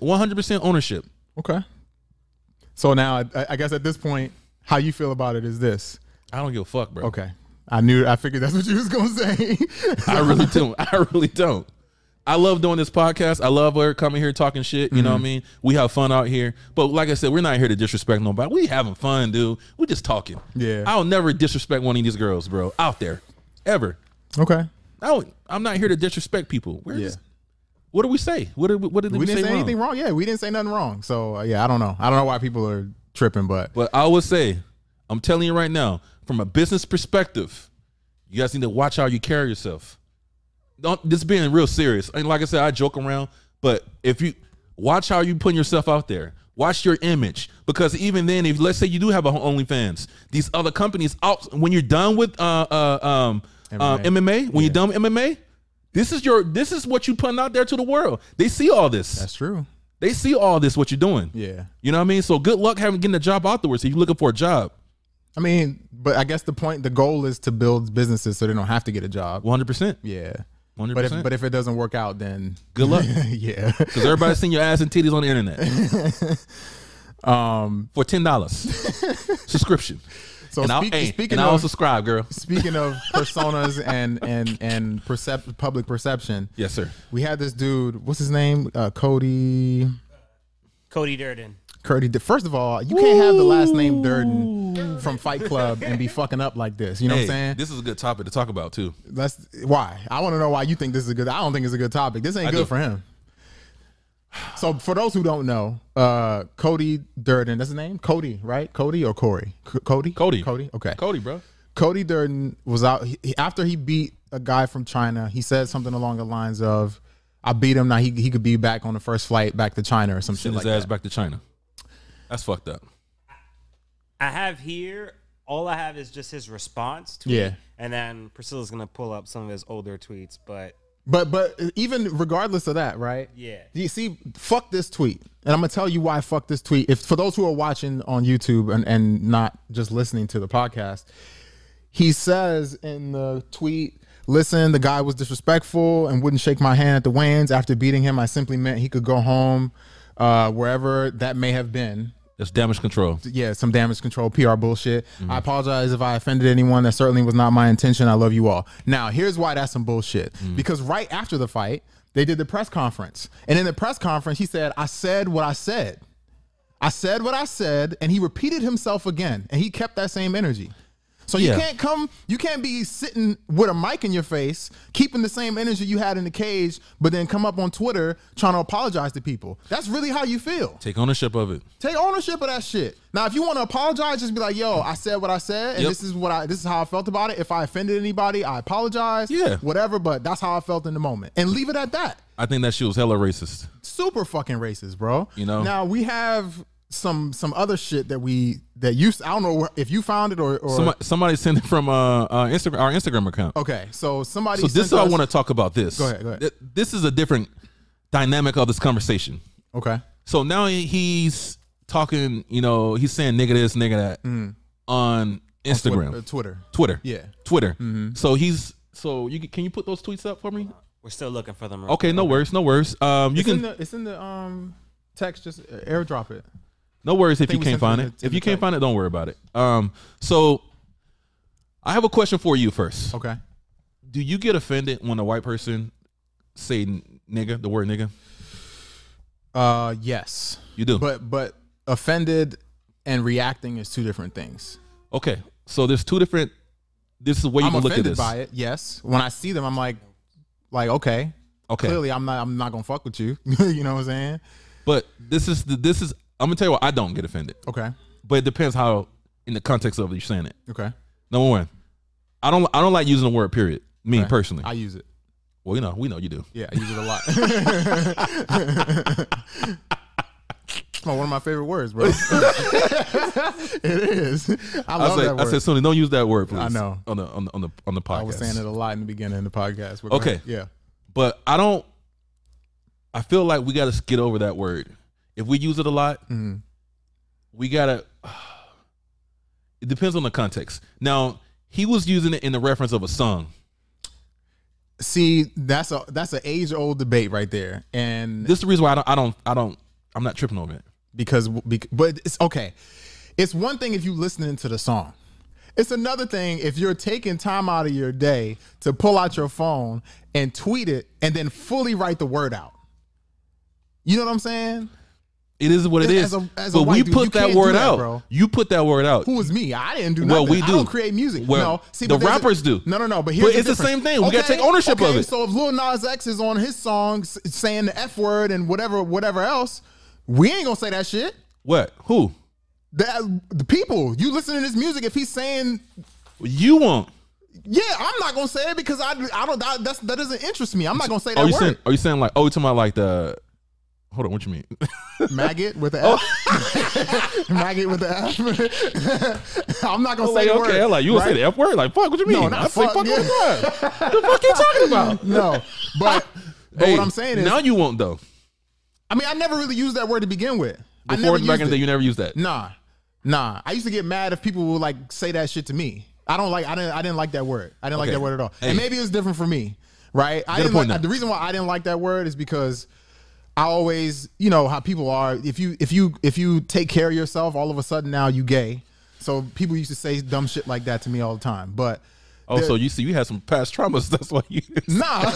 S1: 100% ownership.
S2: Okay. So now, I, I guess at this point, how you feel about it is this.
S1: I don't give a fuck, bro.
S2: Okay. I knew. I figured that's what you was gonna say.
S1: I really don't. I really don't. I love doing this podcast. I love her coming here talking shit. You know
S2: Mm-hmm.
S1: what I mean? We have fun out here. But like I said, we're not here to disrespect nobody. We having fun, dude. We just talking.
S2: Yeah.
S1: I'll never disrespect one of these girls, bro, out there. Ever.
S2: okay.
S1: I don't, I'm not here to disrespect people. We're
S2: Yeah.
S1: just, what do we say? What did we, what did we,
S2: We didn't
S1: say,
S2: say
S1: wrong?
S2: anything wrong. Yeah, we didn't say nothing wrong. So uh, yeah, I don't know. I don't know why people are tripping, but
S1: But I would say, I'm telling you right now, from a business perspective, you guys need to watch how you carry yourself. Don't this being real serious. And like I said, I joke around, but if you watch how you putting yourself out there, watch your image. Because even then, if let's say you do have a OnlyFans, these other companies out when you're done with uh uh um MMA, uh,
S2: MMA.
S1: MMA when you're done with MMA, this is your this is what you putting out there to the world. They see all this.
S2: that's true.
S1: they see all this what you're doing.
S2: Yeah.
S1: You know what I mean? So good luck having getting a job afterwards if you're looking for a job.
S2: I mean, but I guess the point, the goal is to build businesses so they don't have to get a job.
S1: One hundred percent.
S2: Yeah.
S1: One
S2: But
S1: hundred
S2: if
S1: percent.
S2: but if it doesn't work out, then
S1: Good luck.
S2: yeah.
S1: Because everybody's seen your ass and titties on the internet
S2: Um.
S1: for ten dollars subscription.
S2: So
S1: and I'll,
S2: speak-
S1: hey,
S2: speaking
S1: and I'll
S2: of
S1: subscribe, girl.
S2: speaking of personas and and and percep- public perception,
S1: Yes, sir.
S2: we had this dude. What's his name? Uh, Cody.
S6: Cody Durden.
S2: Cody. Dur- First of all, you can't have the last name Durden from Fight Club and be fucking up like this. You know
S1: Hey,
S2: what I'm saying?
S1: this is a good topic to talk about too.
S2: That's why I want to know why you think this is a good. I don't think it's a good topic. This ain't
S1: I
S2: good
S1: do.
S2: for him. So for those who don't know, uh, Cody Durden. That's his name. Cody, right? Cody or Corey? C- Cody.
S1: Cody.
S2: Cody. Okay.
S1: Cody, bro.
S2: Cody Durden was out he, he- after he beat a guy from China. He said something along the lines of, "I beat him. Now he he could be back on the first flight back to China or some shit
S1: Send
S2: like
S1: his ass
S2: that."
S1: back to China. That's fucked up.
S6: I have here. All I have is just his response to
S2: Yeah.
S6: it, and then Priscilla's gonna pull up some of his older tweets. But
S2: But but even regardless of that, right?
S6: Yeah.
S2: You see, fuck this tweet, and I'm gonna tell you why. Fuck this tweet. If for those who are watching on YouTube and and not just listening to the podcast, he says in the tweet. Listen, the guy was disrespectful and wouldn't shake my hand at the weigh-ins. After beating him, I simply meant he could go home, uh, wherever that may have been
S1: That's damage control.
S2: yeah, some damage control PR bullshit. I apologize if I offended anyone. That certainly was not my intention. I love you all. Now, here's why that's some bullshit. Because right after the fight, they did the press conference. And in the press conference, he said, I said what I said. I said what I said. And he repeated himself again. And he kept that same energy. So you
S1: Yeah.
S2: can't come, you can't be sitting with a mic in your face, keeping the same energy you had in the cage, but then come up on Twitter trying to apologize to people. That's really how you feel.
S1: Take ownership of it.
S2: Take ownership of that shit. Now, if you want to apologize, just be like, "Yo, I said what I said, and
S1: Yep.
S2: this is what I, this is how I felt about it. If I offended anybody, I apologize.
S1: Yeah.
S2: whatever. But that's how I felt in the moment, and leave it at that.
S1: I think that shit was hella racist.
S2: Super fucking racist, bro.
S1: You know?
S2: Now we have some some other shit that we that you. I don't know where- if you found it or or.
S1: Somebody, somebody sent it from uh, uh Instagram, our Instagram account.
S2: okay, so somebody.
S1: so this is
S2: sent
S1: how I
S2: us-
S1: want to talk about this.
S2: Go ahead, go ahead.
S1: Th- This is a different dynamic of this conversation.
S2: Okay.
S1: So now he- he's talking, you know, he's saying nigga this, nigga that
S2: Mm.
S1: on Instagram,
S2: Twitter. Twitter.
S1: Twitter,
S2: uh, Yeah. Mm-hmm.
S1: Twitter. So he's so you can, can you put those tweets up for me?
S6: We're still looking for them.
S1: Okay, no worries, no worries. Um, you
S2: It's in
S1: can
S2: the it's in the um text. Just uh, airdrop it.
S1: No worries if
S2: think
S1: you
S2: we sent
S1: can't find
S2: it
S1: it.
S2: to- to
S1: If
S2: the
S1: you can't
S2: text.
S1: find it, don't worry about it. Um, so I have a question for you first.
S2: Okay.
S1: Do you get offended when a white person say n- nigga, the word nigga?
S2: Uh, yes.
S1: You do.
S2: but but offended and reacting is two different things.
S1: okay. So there's two different. This is where you
S2: I'm
S1: can look at
S2: offended
S1: this.
S2: by it. Yes, when I see them, I'm like, like okay,
S1: Okay.
S2: clearly I'm not I'm not gonna fuck with you. you know what I'm saying?
S1: But this is the, this is. I'm gonna tell you what I don't get offended,
S2: Okay,
S1: but it depends how in the context of you saying it.
S2: okay.
S1: Number one, I don't I don't like using the word period. Me
S2: Okay.
S1: personally.
S2: I use it.
S1: well, you know, we know you do.
S2: Yeah, I use it a lot. it's my, Oh, one of my favorite words, bro. it is. I
S1: I
S2: love
S1: was
S2: that
S1: like,
S2: word.
S1: I said, Sonny, don't use that word, please.
S2: I know.
S1: on the on the on the on the podcast.
S2: I was saying it a lot in the beginning of the podcast. but go
S1: Okay.
S2: ahead. Yeah.
S1: but I don't. I feel like we gotta get over that word. If we use it a lot,
S2: Mm-hmm.
S1: we gotta. It depends on the context. Now he was using it in the reference of a song.
S2: See, that's a that's an age old debate right there, and
S1: This is the reason why I don't. I don't. I don't. I'm not tripping over it.
S2: because bec- but it's okay it's one thing if you listening to the song it's another thing if you're taking time out of your day to pull out your phone and tweet it and then fully write the word out you know what i'm saying
S1: It is what it is.
S2: As a- as a
S1: but we
S2: white dude, you
S1: put that
S2: can't do
S1: word
S2: that,
S1: out.
S2: bro.
S1: You put that word out.
S2: who was me i didn't do nothing
S1: Well, we
S2: I
S1: do.
S2: don't create music
S1: Well,
S2: no see
S1: the
S2: but there's a-
S1: rappers do.
S2: no no no but here's
S1: it's the
S2: difference.
S1: same thing. We gotta take ownership of
S2: okay,
S1: it.
S2: so if lil nas x is on his song s- saying the f word and whatever whatever else we ain't gonna say that shit
S1: What? Who?
S2: the, the people you listen to this music if he's saying
S1: You won't.
S2: Yeah, I'm not gonna say it because I I don't that that's, that doesn't interest me. I'm not gonna say
S1: Are
S2: that
S1: you saying?
S2: word.
S1: Are you saying like? Oh, you talking about like the? Hold on. What you mean?
S2: Maggot with
S1: Oh.
S2: the F. Maggot with the F. I'm not gonna say
S1: like
S2: Oh, the word.
S1: Oh, okay, like you gonna say the f word? Like fuck? What you mean?
S2: No, not
S1: I say
S2: fuck,
S1: fuck all
S2: yeah.
S1: the time. The fuck you talking about?
S2: No, but but
S1: Hey,
S2: what I'm saying is,
S1: now you won't though.
S2: I mean, I never really used that word to begin with. I
S1: Before
S2: never
S1: back in
S2: used
S1: the day,
S2: it.
S1: you never used that.
S2: Nah, nah. I used to get mad if people would like say that shit to me. I don't like. I didn't. I didn't like that word. I didn't like
S1: Okay.
S2: that word at all.
S1: Hey.
S2: And maybe it was different for me, right? I
S1: Get a
S2: didn't
S1: point
S2: like,
S1: now.
S2: the reason why I didn't like that word is because I always, you know, how people are. If you if you if you take care of yourself, all of a sudden now you gay. So people used to say dumb shit like that to me all the time. But
S1: Oh, so you see, you had some past traumas. That's why you,
S2: nah,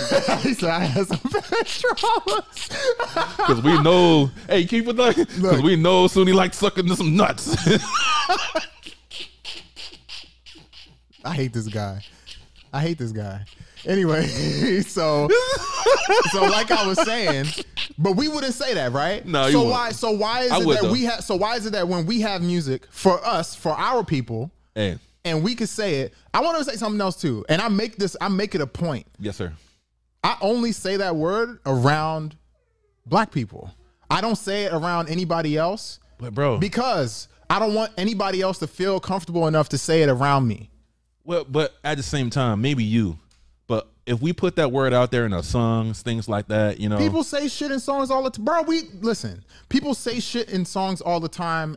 S2: he said I had some bad traumas.
S1: because we know. hey, keep it like because we know Sunni likes sucking some nuts.
S2: I hate this guy. I hate this guy. Anyway, so so like I was saying, but we wouldn't say that, right?
S1: No, you
S2: So
S1: wouldn't.
S2: why? So why is
S1: I
S2: it
S1: would,
S2: that
S1: though.
S2: we have? So why is it that when we have music for us, for our people,
S1: hey,
S2: and we could say it? I want to say something else too, and I make this. I make it a point.
S1: yes, sir.
S2: I only say that word around black people. I don't say it around anybody else
S1: But bro,
S2: because I don't want anybody else to feel comfortable enough to say it around me.
S1: well, but at the same time, maybe you. But if we put that word out there in our songs, things like that, you know,
S2: People say shit in songs all the time. Bro, we listen. People say shit in songs all the time.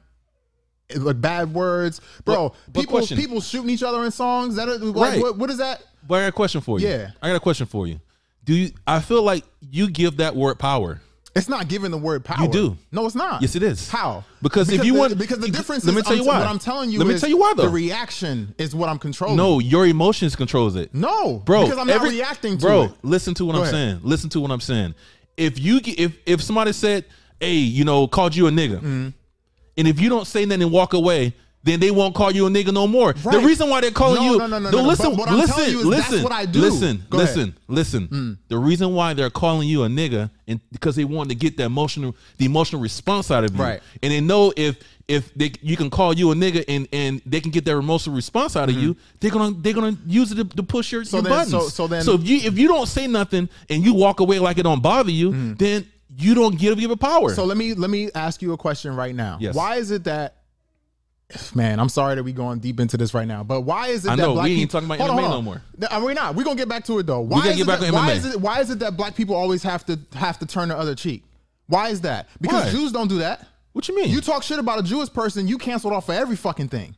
S2: eh, Like bad words, bro.
S1: But- but
S2: people,
S1: question.
S2: people shooting each other in songs. That are, like,
S1: Right.
S2: what, what is that?
S1: But I got a question for you.
S2: Yeah.
S1: I got a question for you. Do you? I feel like you give that word power.
S2: It's not giving the word power.
S1: You do.
S2: No, it's not.
S1: Yes, it is.
S2: How?
S1: Because if you
S2: the,
S1: want-
S2: because the difference.
S1: Let me
S2: is-
S1: tell you
S2: I'm-
S1: why.
S2: What I'm telling you.
S1: Let me
S2: is
S1: tell you why, though.
S2: The reaction is what I'm controlling.
S1: No, your emotions controls it.
S2: no,
S1: bro.
S2: Because I'm not
S1: every-
S2: reacting to
S1: bro,
S2: it.
S1: listen to what I'm
S2: ahead.
S1: saying. Listen to what I'm saying. If you ge- if if
S2: Mm-hmm.
S1: somebody said, "Hey, you know, called you a nigga," and if you don't say nothing and walk away, then they won't call you a nigga no more. The
S2: Right.
S1: reason why they're calling
S2: No,
S1: you
S2: no, no, no,
S1: the-
S2: no, no.
S1: listen,
S2: But what I'm
S1: listen,
S2: telling you is that's
S1: listen,
S2: what I do.
S1: listen,
S2: Go ahead. Mm.
S1: listen, listen. The reason why they're calling you a nigga and because they want to get the emotional the emotional response out of you.
S2: Right.
S1: And they know if if they you can call you a nigga and and they can get their emotional response out of
S2: Mm-hmm.
S1: you, they're gonna they're gonna use it to, to push your, your
S2: then-
S1: buttons.
S2: so- so then-
S1: so if you if you don't say nothing and you walk away like it don't bother you, then you don't give give it power.
S2: Mm. So let me let me ask you a question right now.
S1: Yes.
S2: Why is it that man, I'm sorry that we going deep into this right now, but why is it
S1: I
S2: that
S1: know,
S2: black
S1: we ain't
S2: people
S1: talking about MMA no more.
S2: No, We're not. We're gonna get back to it though. Why
S1: gotta
S2: is
S1: get
S2: it
S1: back
S2: that,
S1: to
S2: why
S1: MMA.
S2: is it why is it that black people always have to have to turn the other cheek? Why is that? Because
S1: Why?
S2: Jews don't do that.
S1: what you mean?
S2: You talk shit about a Jewish person, you canceled off for every fucking thing.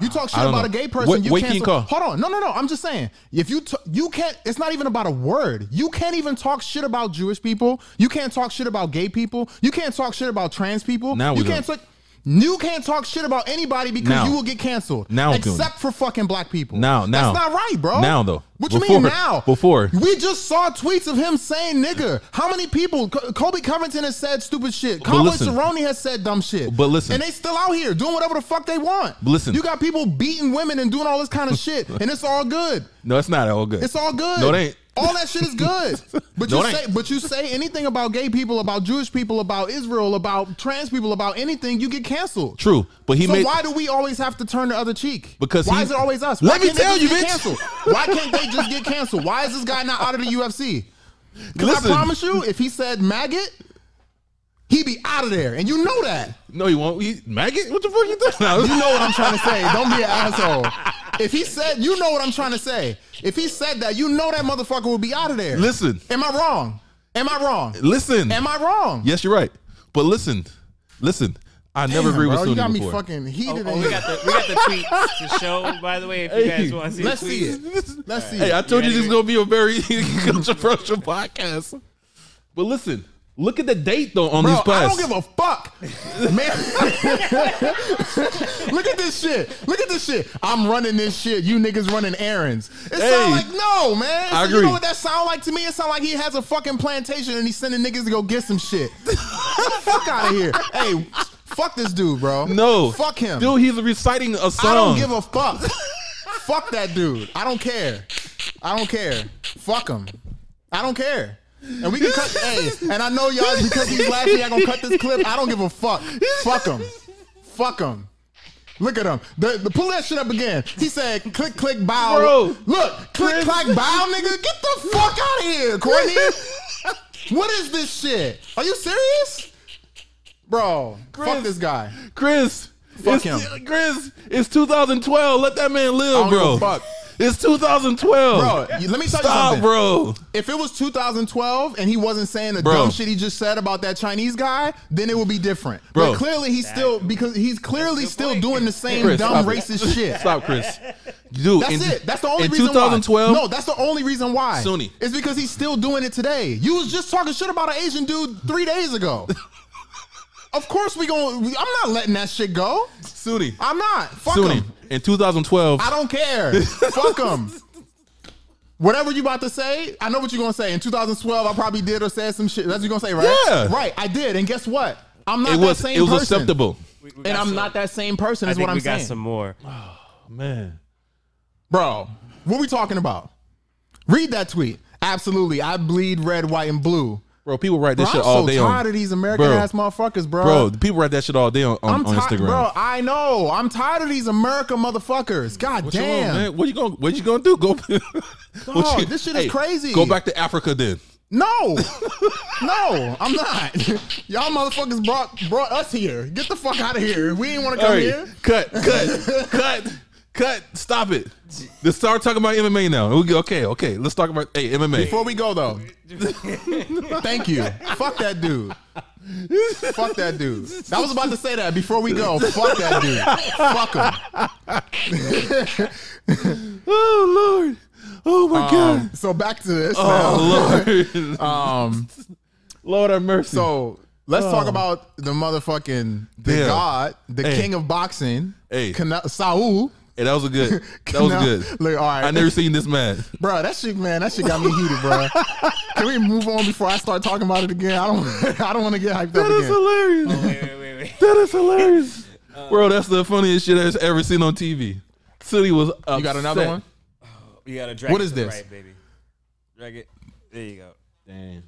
S2: You talk shit
S1: I don't
S2: about
S1: know.
S2: a gay person,
S1: Wait-
S2: you
S1: wait,
S2: cancel.
S1: King Cole.
S2: Hold on, no, no, no. I'm just saying, if you t- you can't, it's not even about a word. You can't even talk shit about Jewish people. You can't talk shit about gay people. You can't talk shit about trans people.
S1: Now
S2: you
S1: we're
S2: can't talk. You can't talk shit about anybody because
S1: Now.
S2: you will get canceled.
S1: Now we're doing
S2: except for fucking black people.
S1: Now, now.
S2: that's not right, bro.
S1: Now, though.
S2: what you
S1: Before-
S2: mean now?
S1: before.
S2: we just saw tweets of him saying "nigga." How many people? Co- Kobe Covington has said stupid shit.
S1: But
S2: Colin
S1: listen.
S2: Cerrone has said dumb shit.
S1: But listen.
S2: and they still out here doing whatever the fuck they want.
S1: But listen.
S2: you got people beating women and doing all this kind of shit, and it's all good.
S1: no, it's not all good.
S2: It's all good.
S1: No, it ain't.
S2: All that shit is good. But
S1: No,
S2: you
S1: it
S2: say,
S1: ain't.
S2: but you say anything about gay people, about Jewish people, about Israel, about trans people, about anything, you get canceled.
S1: True, but he
S2: so
S1: made
S2: why do we always have to turn the other cheek?
S1: Because
S2: why
S1: he-
S2: is it always us?
S1: Let
S2: Why
S1: me
S2: can't they
S1: tell
S2: just
S1: you,
S2: get
S1: bitch.
S2: canceled? Why can't they just get canceled? Why is this guy not out of the UFC? 'Cause
S1: Listen.
S2: I promise you, if he said maggot, he'd be out of there, and you know that.
S1: no, he won't. He, maggot? What the fuck you talking about?
S2: You know what I'm trying to say. Don't be an asshole. If he said, you know what I'm trying to say. If he said that, you know that motherfucker would be out of there.
S1: Listen.
S2: Am I wrong? Am I wrong?
S1: Listen.
S2: Am I wrong?
S1: yes, you're right. But listen, listen. I never
S2: Damn,
S1: agree with
S2: bro, You
S1: Sunni
S2: got me
S1: before.
S2: fucking
S6: Oh,
S2: heated.
S6: oh,
S2: in
S6: we
S2: here.
S6: got the we got the tweets to show. By the way, if you
S1: Hey,
S6: guys want to see,
S2: Let's
S6: the tweets,
S2: see it. Let's see
S1: hey, I
S2: it.
S1: told you this is
S6: ready?
S1: gonna be a very controversial podcast. But listen, look at the date though on
S2: Bro,
S1: these
S2: I don't
S1: posts.
S2: give a fuck, man. Look at this shit. Look at this shit. I'm running this shit. You niggas running errands. It
S1: Hey.
S2: sound like no, man.
S1: I
S2: So You
S1: agree.
S2: know what that sound like to me? It sound like he has a fucking plantation and he's sending niggas to go get some shit. Get the fuck out of here. Hey, fuck this dude, bro.
S1: no,
S2: fuck him.
S1: dude. He's reciting a song.
S2: I don't give a fuck. fuck that dude. I don't care. I don't care. Fuck him. I don't care. And we can cut. hey, and I know y'all because he's laughing. Y'all gonna cut this clip. I don't give a fuck. Fuck him. Fuck him. Look at him. The, the pull that shit up again. He said, "Click, click, bow."
S1: Bro,
S2: Look, click,
S1: Chris-
S2: clack, bow, nigga. Get the fuck out of here, Courtney. what is this shit? Are you serious, bro? fuck
S1: Chris-
S2: this guy.
S1: Chris.
S2: Fuck
S1: it's,
S2: him.
S1: Chris, it's 2012. Let that man live,
S2: I don't give
S1: bro.
S2: a fuck.
S1: It's 2012.
S2: Bro, you- let me tell you
S1: Stop,
S2: something.
S1: bro.
S2: If it was 2012 and he wasn't saying the
S1: Bro.
S2: dumb shit he just said about that Chinese guy, then it would be different.
S1: Bro.
S2: But clearly he's still because he's clearly still doing the same
S1: Chris,
S2: dumb
S1: stop it.
S2: racist shit.
S1: Stop, Chris. Dude,
S2: That's
S1: in-
S2: it. That's the only
S1: in
S2: reason
S1: 2012,
S2: why. No, that's the only reason why.
S1: Sunni.
S2: It's because he's still doing it today. You was just talking shit about an Asian dude three days ago. of course we going I'm not letting that shit go.
S1: Sunni.
S2: I'm not. Fuck
S1: Sunni.
S2: him.
S1: In 2012,
S2: I don't care. Fuck them. Whatever you about to say, I know what you're gonna say. In 2012, I probably did or said some shit. That's what you're gonna say, right?
S1: Yeah.
S2: Right. I did, and guess what? I'm not
S1: it
S2: that
S1: was
S2: same
S1: it was
S2: person,
S1: acceptable.
S6: We- we
S2: and
S6: got
S2: I'm
S6: some.
S2: not that same person.
S6: I
S2: Is
S6: think
S2: what I'm
S6: we got
S2: saying,
S6: some more.
S1: Man.
S2: bro. What we talking about? Read that tweet. Absolutely, I bleed red, white, and blue.
S1: Bro, people write
S2: Bro,
S1: that
S2: I'm
S1: shit all
S2: so
S1: day on.
S2: tired of these American
S1: Bro.
S2: ass motherfuckers, bro.
S1: Bro, the people write that shit all day on, on,
S2: I'm
S1: on
S2: tired,
S1: Instagram.
S2: bro. I know. I'm tired of these America motherfuckers. God
S1: What you want,
S2: damn.
S1: man? What you gonna What you gonna do? Go. what
S2: this shit is crazy.
S1: Go back to Africa then.
S2: No, no, I'm not. Y'all motherfuckers brought brought us here. Get the fuck out of here. We ain't want to come
S1: Hey,
S2: here.
S1: Cut, cut, cut, cut. Stop it. Let's start talking about MMA now. We go- Okay, okay. Let's talk about hey MMA.
S2: Before we go though, thank you. Fuck that dude. Fuck that dude. I was about to say that before we go. Fuck that dude. Fuck him.
S1: oh Lord. Oh my God.
S2: Um, so back to this.
S1: Oh Lord.
S2: now. Um.
S1: Lord have mercy.
S2: So let's talk about the motherfucking the
S1: Oh. Damn.
S2: god, the
S1: Hey.
S2: king of boxing,
S1: Hey.
S2: Kana- Saul.
S1: Hey, that was a good. That was
S2: Now-
S1: good.
S2: Look, all right.
S1: I never seen this man.
S2: Bro, that shit, man, that shit got me heated, bro. Can we move on before I start talking about it again? I don't, I don't want to get hyped up again.
S1: hilarious.
S6: Wait, wait, wait, wait.
S1: That is hilarious. Bro, that's the funniest shit I've ever seen on TV. City was upset.
S2: You got another one?
S6: You gotta drag
S2: What
S6: it
S2: is
S6: to the
S2: this?
S6: right, baby. Drag it. There you go.
S1: Damn.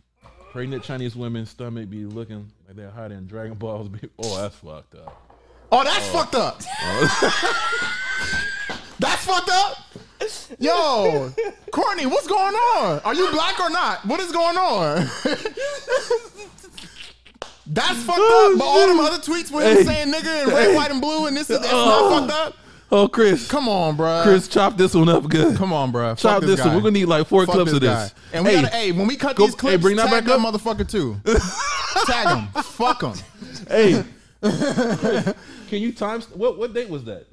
S1: Pregnant Chinese women's stomach be looking like they're hiding Dragon Balls. Be- oh, that's fucked up.
S2: Oh, that's fucked up. that's fucked up. Yo, Courtney, what's going on? Are you black or not? What is going on? That's fucked
S1: Oh,
S2: up. But all them
S1: shit.
S2: other tweets where he's
S1: Hey.
S2: saying nigga and red, white, and blue and this is that's
S1: Oh.
S2: not fucked up.
S1: Oh, Chris.
S2: Come on, bro.
S1: Chris, chop this one up good.
S2: Come on, bro.
S1: Chop this, one. We're gonna need like four
S2: Fuck
S1: clips of
S2: guy.
S1: this.
S2: And we
S1: hey,
S2: gotta, hey, when we cut
S1: go-
S2: these clips,
S1: hey, bring that
S2: tag
S1: back up.
S2: that motherfucker too. tag him. Fuck him.
S1: hey. Chris, can you time what what date was that?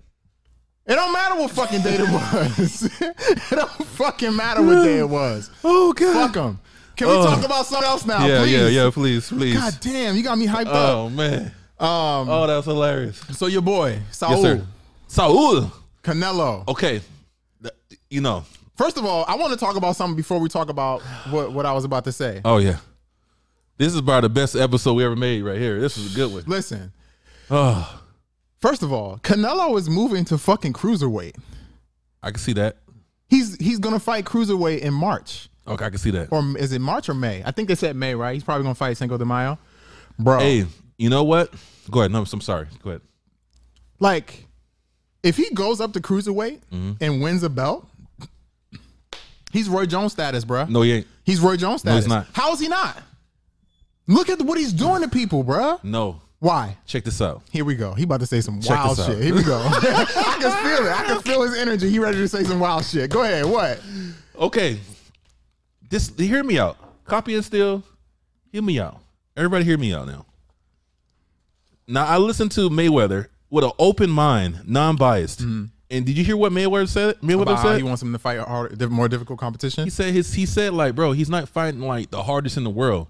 S2: It don't matter what fucking day it was. it don't fucking matter what day it was.
S1: Oh god.
S2: Fuck them. Can we
S1: Oh.
S2: talk about something else now?
S1: yeah,
S2: please?
S1: yeah, yeah, please, please.
S2: God damn, you got me hyped
S1: oh man.
S2: up. Um,
S1: Oh, that's hilarious.
S2: so your boy Saul
S1: Yes, sir. Oh. Saul.
S2: Canelo.
S1: Okay. Th- You know.
S2: First of all, I want to talk about something before we talk about what, what I was about to say.
S1: Oh yeah. This is probably the best episode we ever made right here. This is a good one.
S2: Listen,
S1: Oh,
S2: first of all, Canelo is moving to fucking cruiserweight.
S1: I can see that.
S2: He's he's gonna fight cruiserweight in March,
S1: Okay, I can see that.
S2: or is it March or May? I think they said May, right? He's probably gonna fight Cinco de Mayo, bro.
S1: Hey, you know what? Go ahead. No, I'm sorry. Go ahead.
S2: like if he goes up to cruiserweight
S1: Mm-hmm.
S2: and wins a belt, he's Roy Jones status, bruh.
S1: No, he ain't.
S2: he's Roy Jones
S1: No, he's
S2: status.
S1: not.
S2: How is he not? Look at what he's doing to people, bruh.
S1: No.
S2: Why?
S1: Check this out.
S2: Here we go. He about to say some
S1: Check
S2: wild
S1: this out.
S2: shit. Here we go. I can feel it. I can feel his energy. He ready to say some wild shit. Go ahead. What?
S1: Okay. This hear me out. Copy and steal. Hear me out. Everybody hear me out now. Now I listened to Mayweather with an open mind, non-biased. And did you hear what Mayweather said? Mayweather
S2: Mm-hmm. About how
S1: said
S2: he wants him to fight a harder, diff- more difficult competition.
S1: He said his he said like, bro, he's not fighting like the hardest in the world.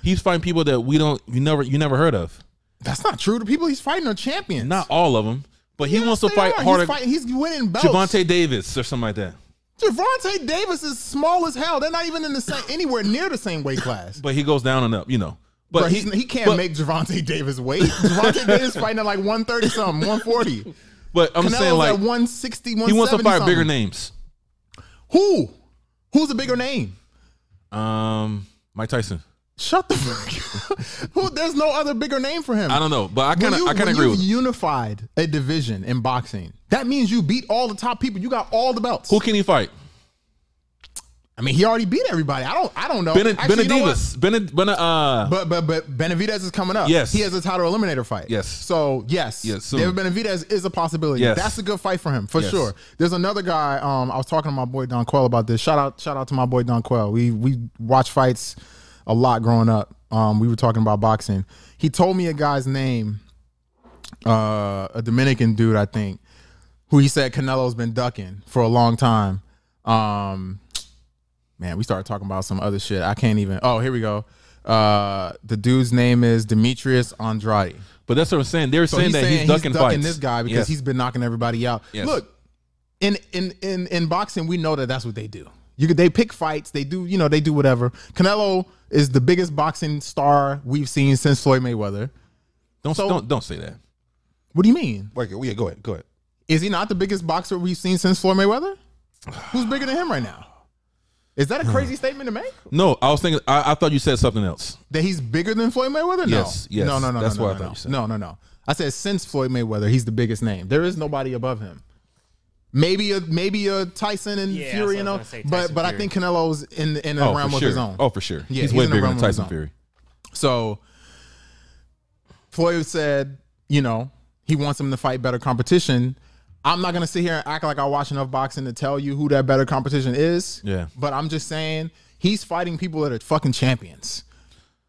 S1: He's fighting people that we don't you never you never heard of.
S2: That's not true. The people he's fighting are champions.
S1: Not all of them, but he
S2: Yes,
S1: wants to
S2: they
S1: fight
S2: are.
S1: harder.
S2: He's, fighting, he's winning belts.
S1: Javante Davis or something like that.
S2: Javante Davis is small as hell. They're not even in the same anywhere near the same weight class.
S1: But he goes down and up, you know. But
S2: But he, he can't
S1: but-
S2: make Javante Davis weight. Javante Davis fighting at like 130 something, 140.
S1: But I'm
S2: Canelo's
S1: saying
S2: at
S1: like
S2: 160, 170
S1: he wants to fight
S2: something.
S1: bigger names.
S2: Who? Who's a bigger name?
S1: Um, Mike Tyson.
S2: Shut the fuck up. Who, there's no other bigger name for him.
S1: I don't know, but I
S2: When
S1: kind of
S2: you-
S1: I kind
S2: when
S1: of agree
S2: you've
S1: with him.
S2: unified a division in boxing. That means you beat all the top people. You got all the belts.
S1: Who can he fight?
S2: I mean, he already beat everybody. I don't. I don't know.
S1: Bene,
S2: Oh, Actually, you know what?
S1: Benedivis. Bene, Bene, uh,
S2: But but but Benavidez is coming up.
S1: Yes.
S2: he has a title eliminator fight.
S1: Yes.
S2: So yes,
S1: Yes, soon.
S2: David Benavidez is a possibility.
S1: Yes.
S2: that's a good fight for him for
S1: Yes.
S2: sure. There's another guy. Um, I was talking to my boy Don Quell about this. Shout out shout out to my boy Don Quell. We we watch fights a lot growing up. Um, we were talking about boxing. He told me a guy's name, uh, a Dominican dude, I think, who he said Canelo's been ducking for a long time. Um, man, we started talking about some other shit. I can't even. Oh, here we go. Uh, the dude's name is Demetrius Andrade.
S1: but that's what I'm saying. They're
S2: So
S1: saying that he's ducking, fights.
S2: this guy because
S1: Yes.
S2: he's been knocking everybody out.
S1: Yes.
S2: Look, in in in in boxing, we know that that's what they do. You could they pick fights. They do you know they do whatever. Canelo is the biggest boxing star we've seen since Floyd Mayweather.
S1: don't
S2: so-
S1: don't don't say that.
S2: What do you mean?
S1: Wait, yeah, go ahead, go ahead.
S2: Is he not the biggest boxer we've seen since Floyd Mayweather? Who's bigger than him right now? Is that a
S1: Hmm.
S2: crazy statement to make?
S1: No, I was thinking. I, I thought you said something else.
S2: That he's bigger than Floyd Mayweather? No.
S1: Yes, yes.
S2: No, no, no.
S1: That's
S2: no,
S1: what
S2: no,
S1: I thought
S2: no.
S1: you said.
S2: No, no, no. I said since Floyd Mayweather, he's the biggest name. There is nobody above him. Maybe a maybe a Tyson and
S6: Yeah, that's
S2: Fury,
S6: what
S2: you
S6: I
S2: know,
S6: was gonna say,
S2: but
S6: Tyson
S2: but I
S6: Fury.
S2: think Canelo's in in a
S1: Oh,
S2: realm
S1: for
S2: of
S1: sure.
S2: his own.
S1: Oh, for sure.
S2: Yeah,
S1: he's,
S2: he's
S1: way
S2: in the
S1: bigger
S2: realm
S1: than
S2: of his
S1: Tyson
S2: own.
S1: Fury.
S2: So Floyd said, you know, he wants him to fight better competition. I'm not gonna sit here and act like I watch enough boxing to tell you who that better competition is.
S1: Yeah.
S2: But I'm just saying he's fighting people that are fucking champions.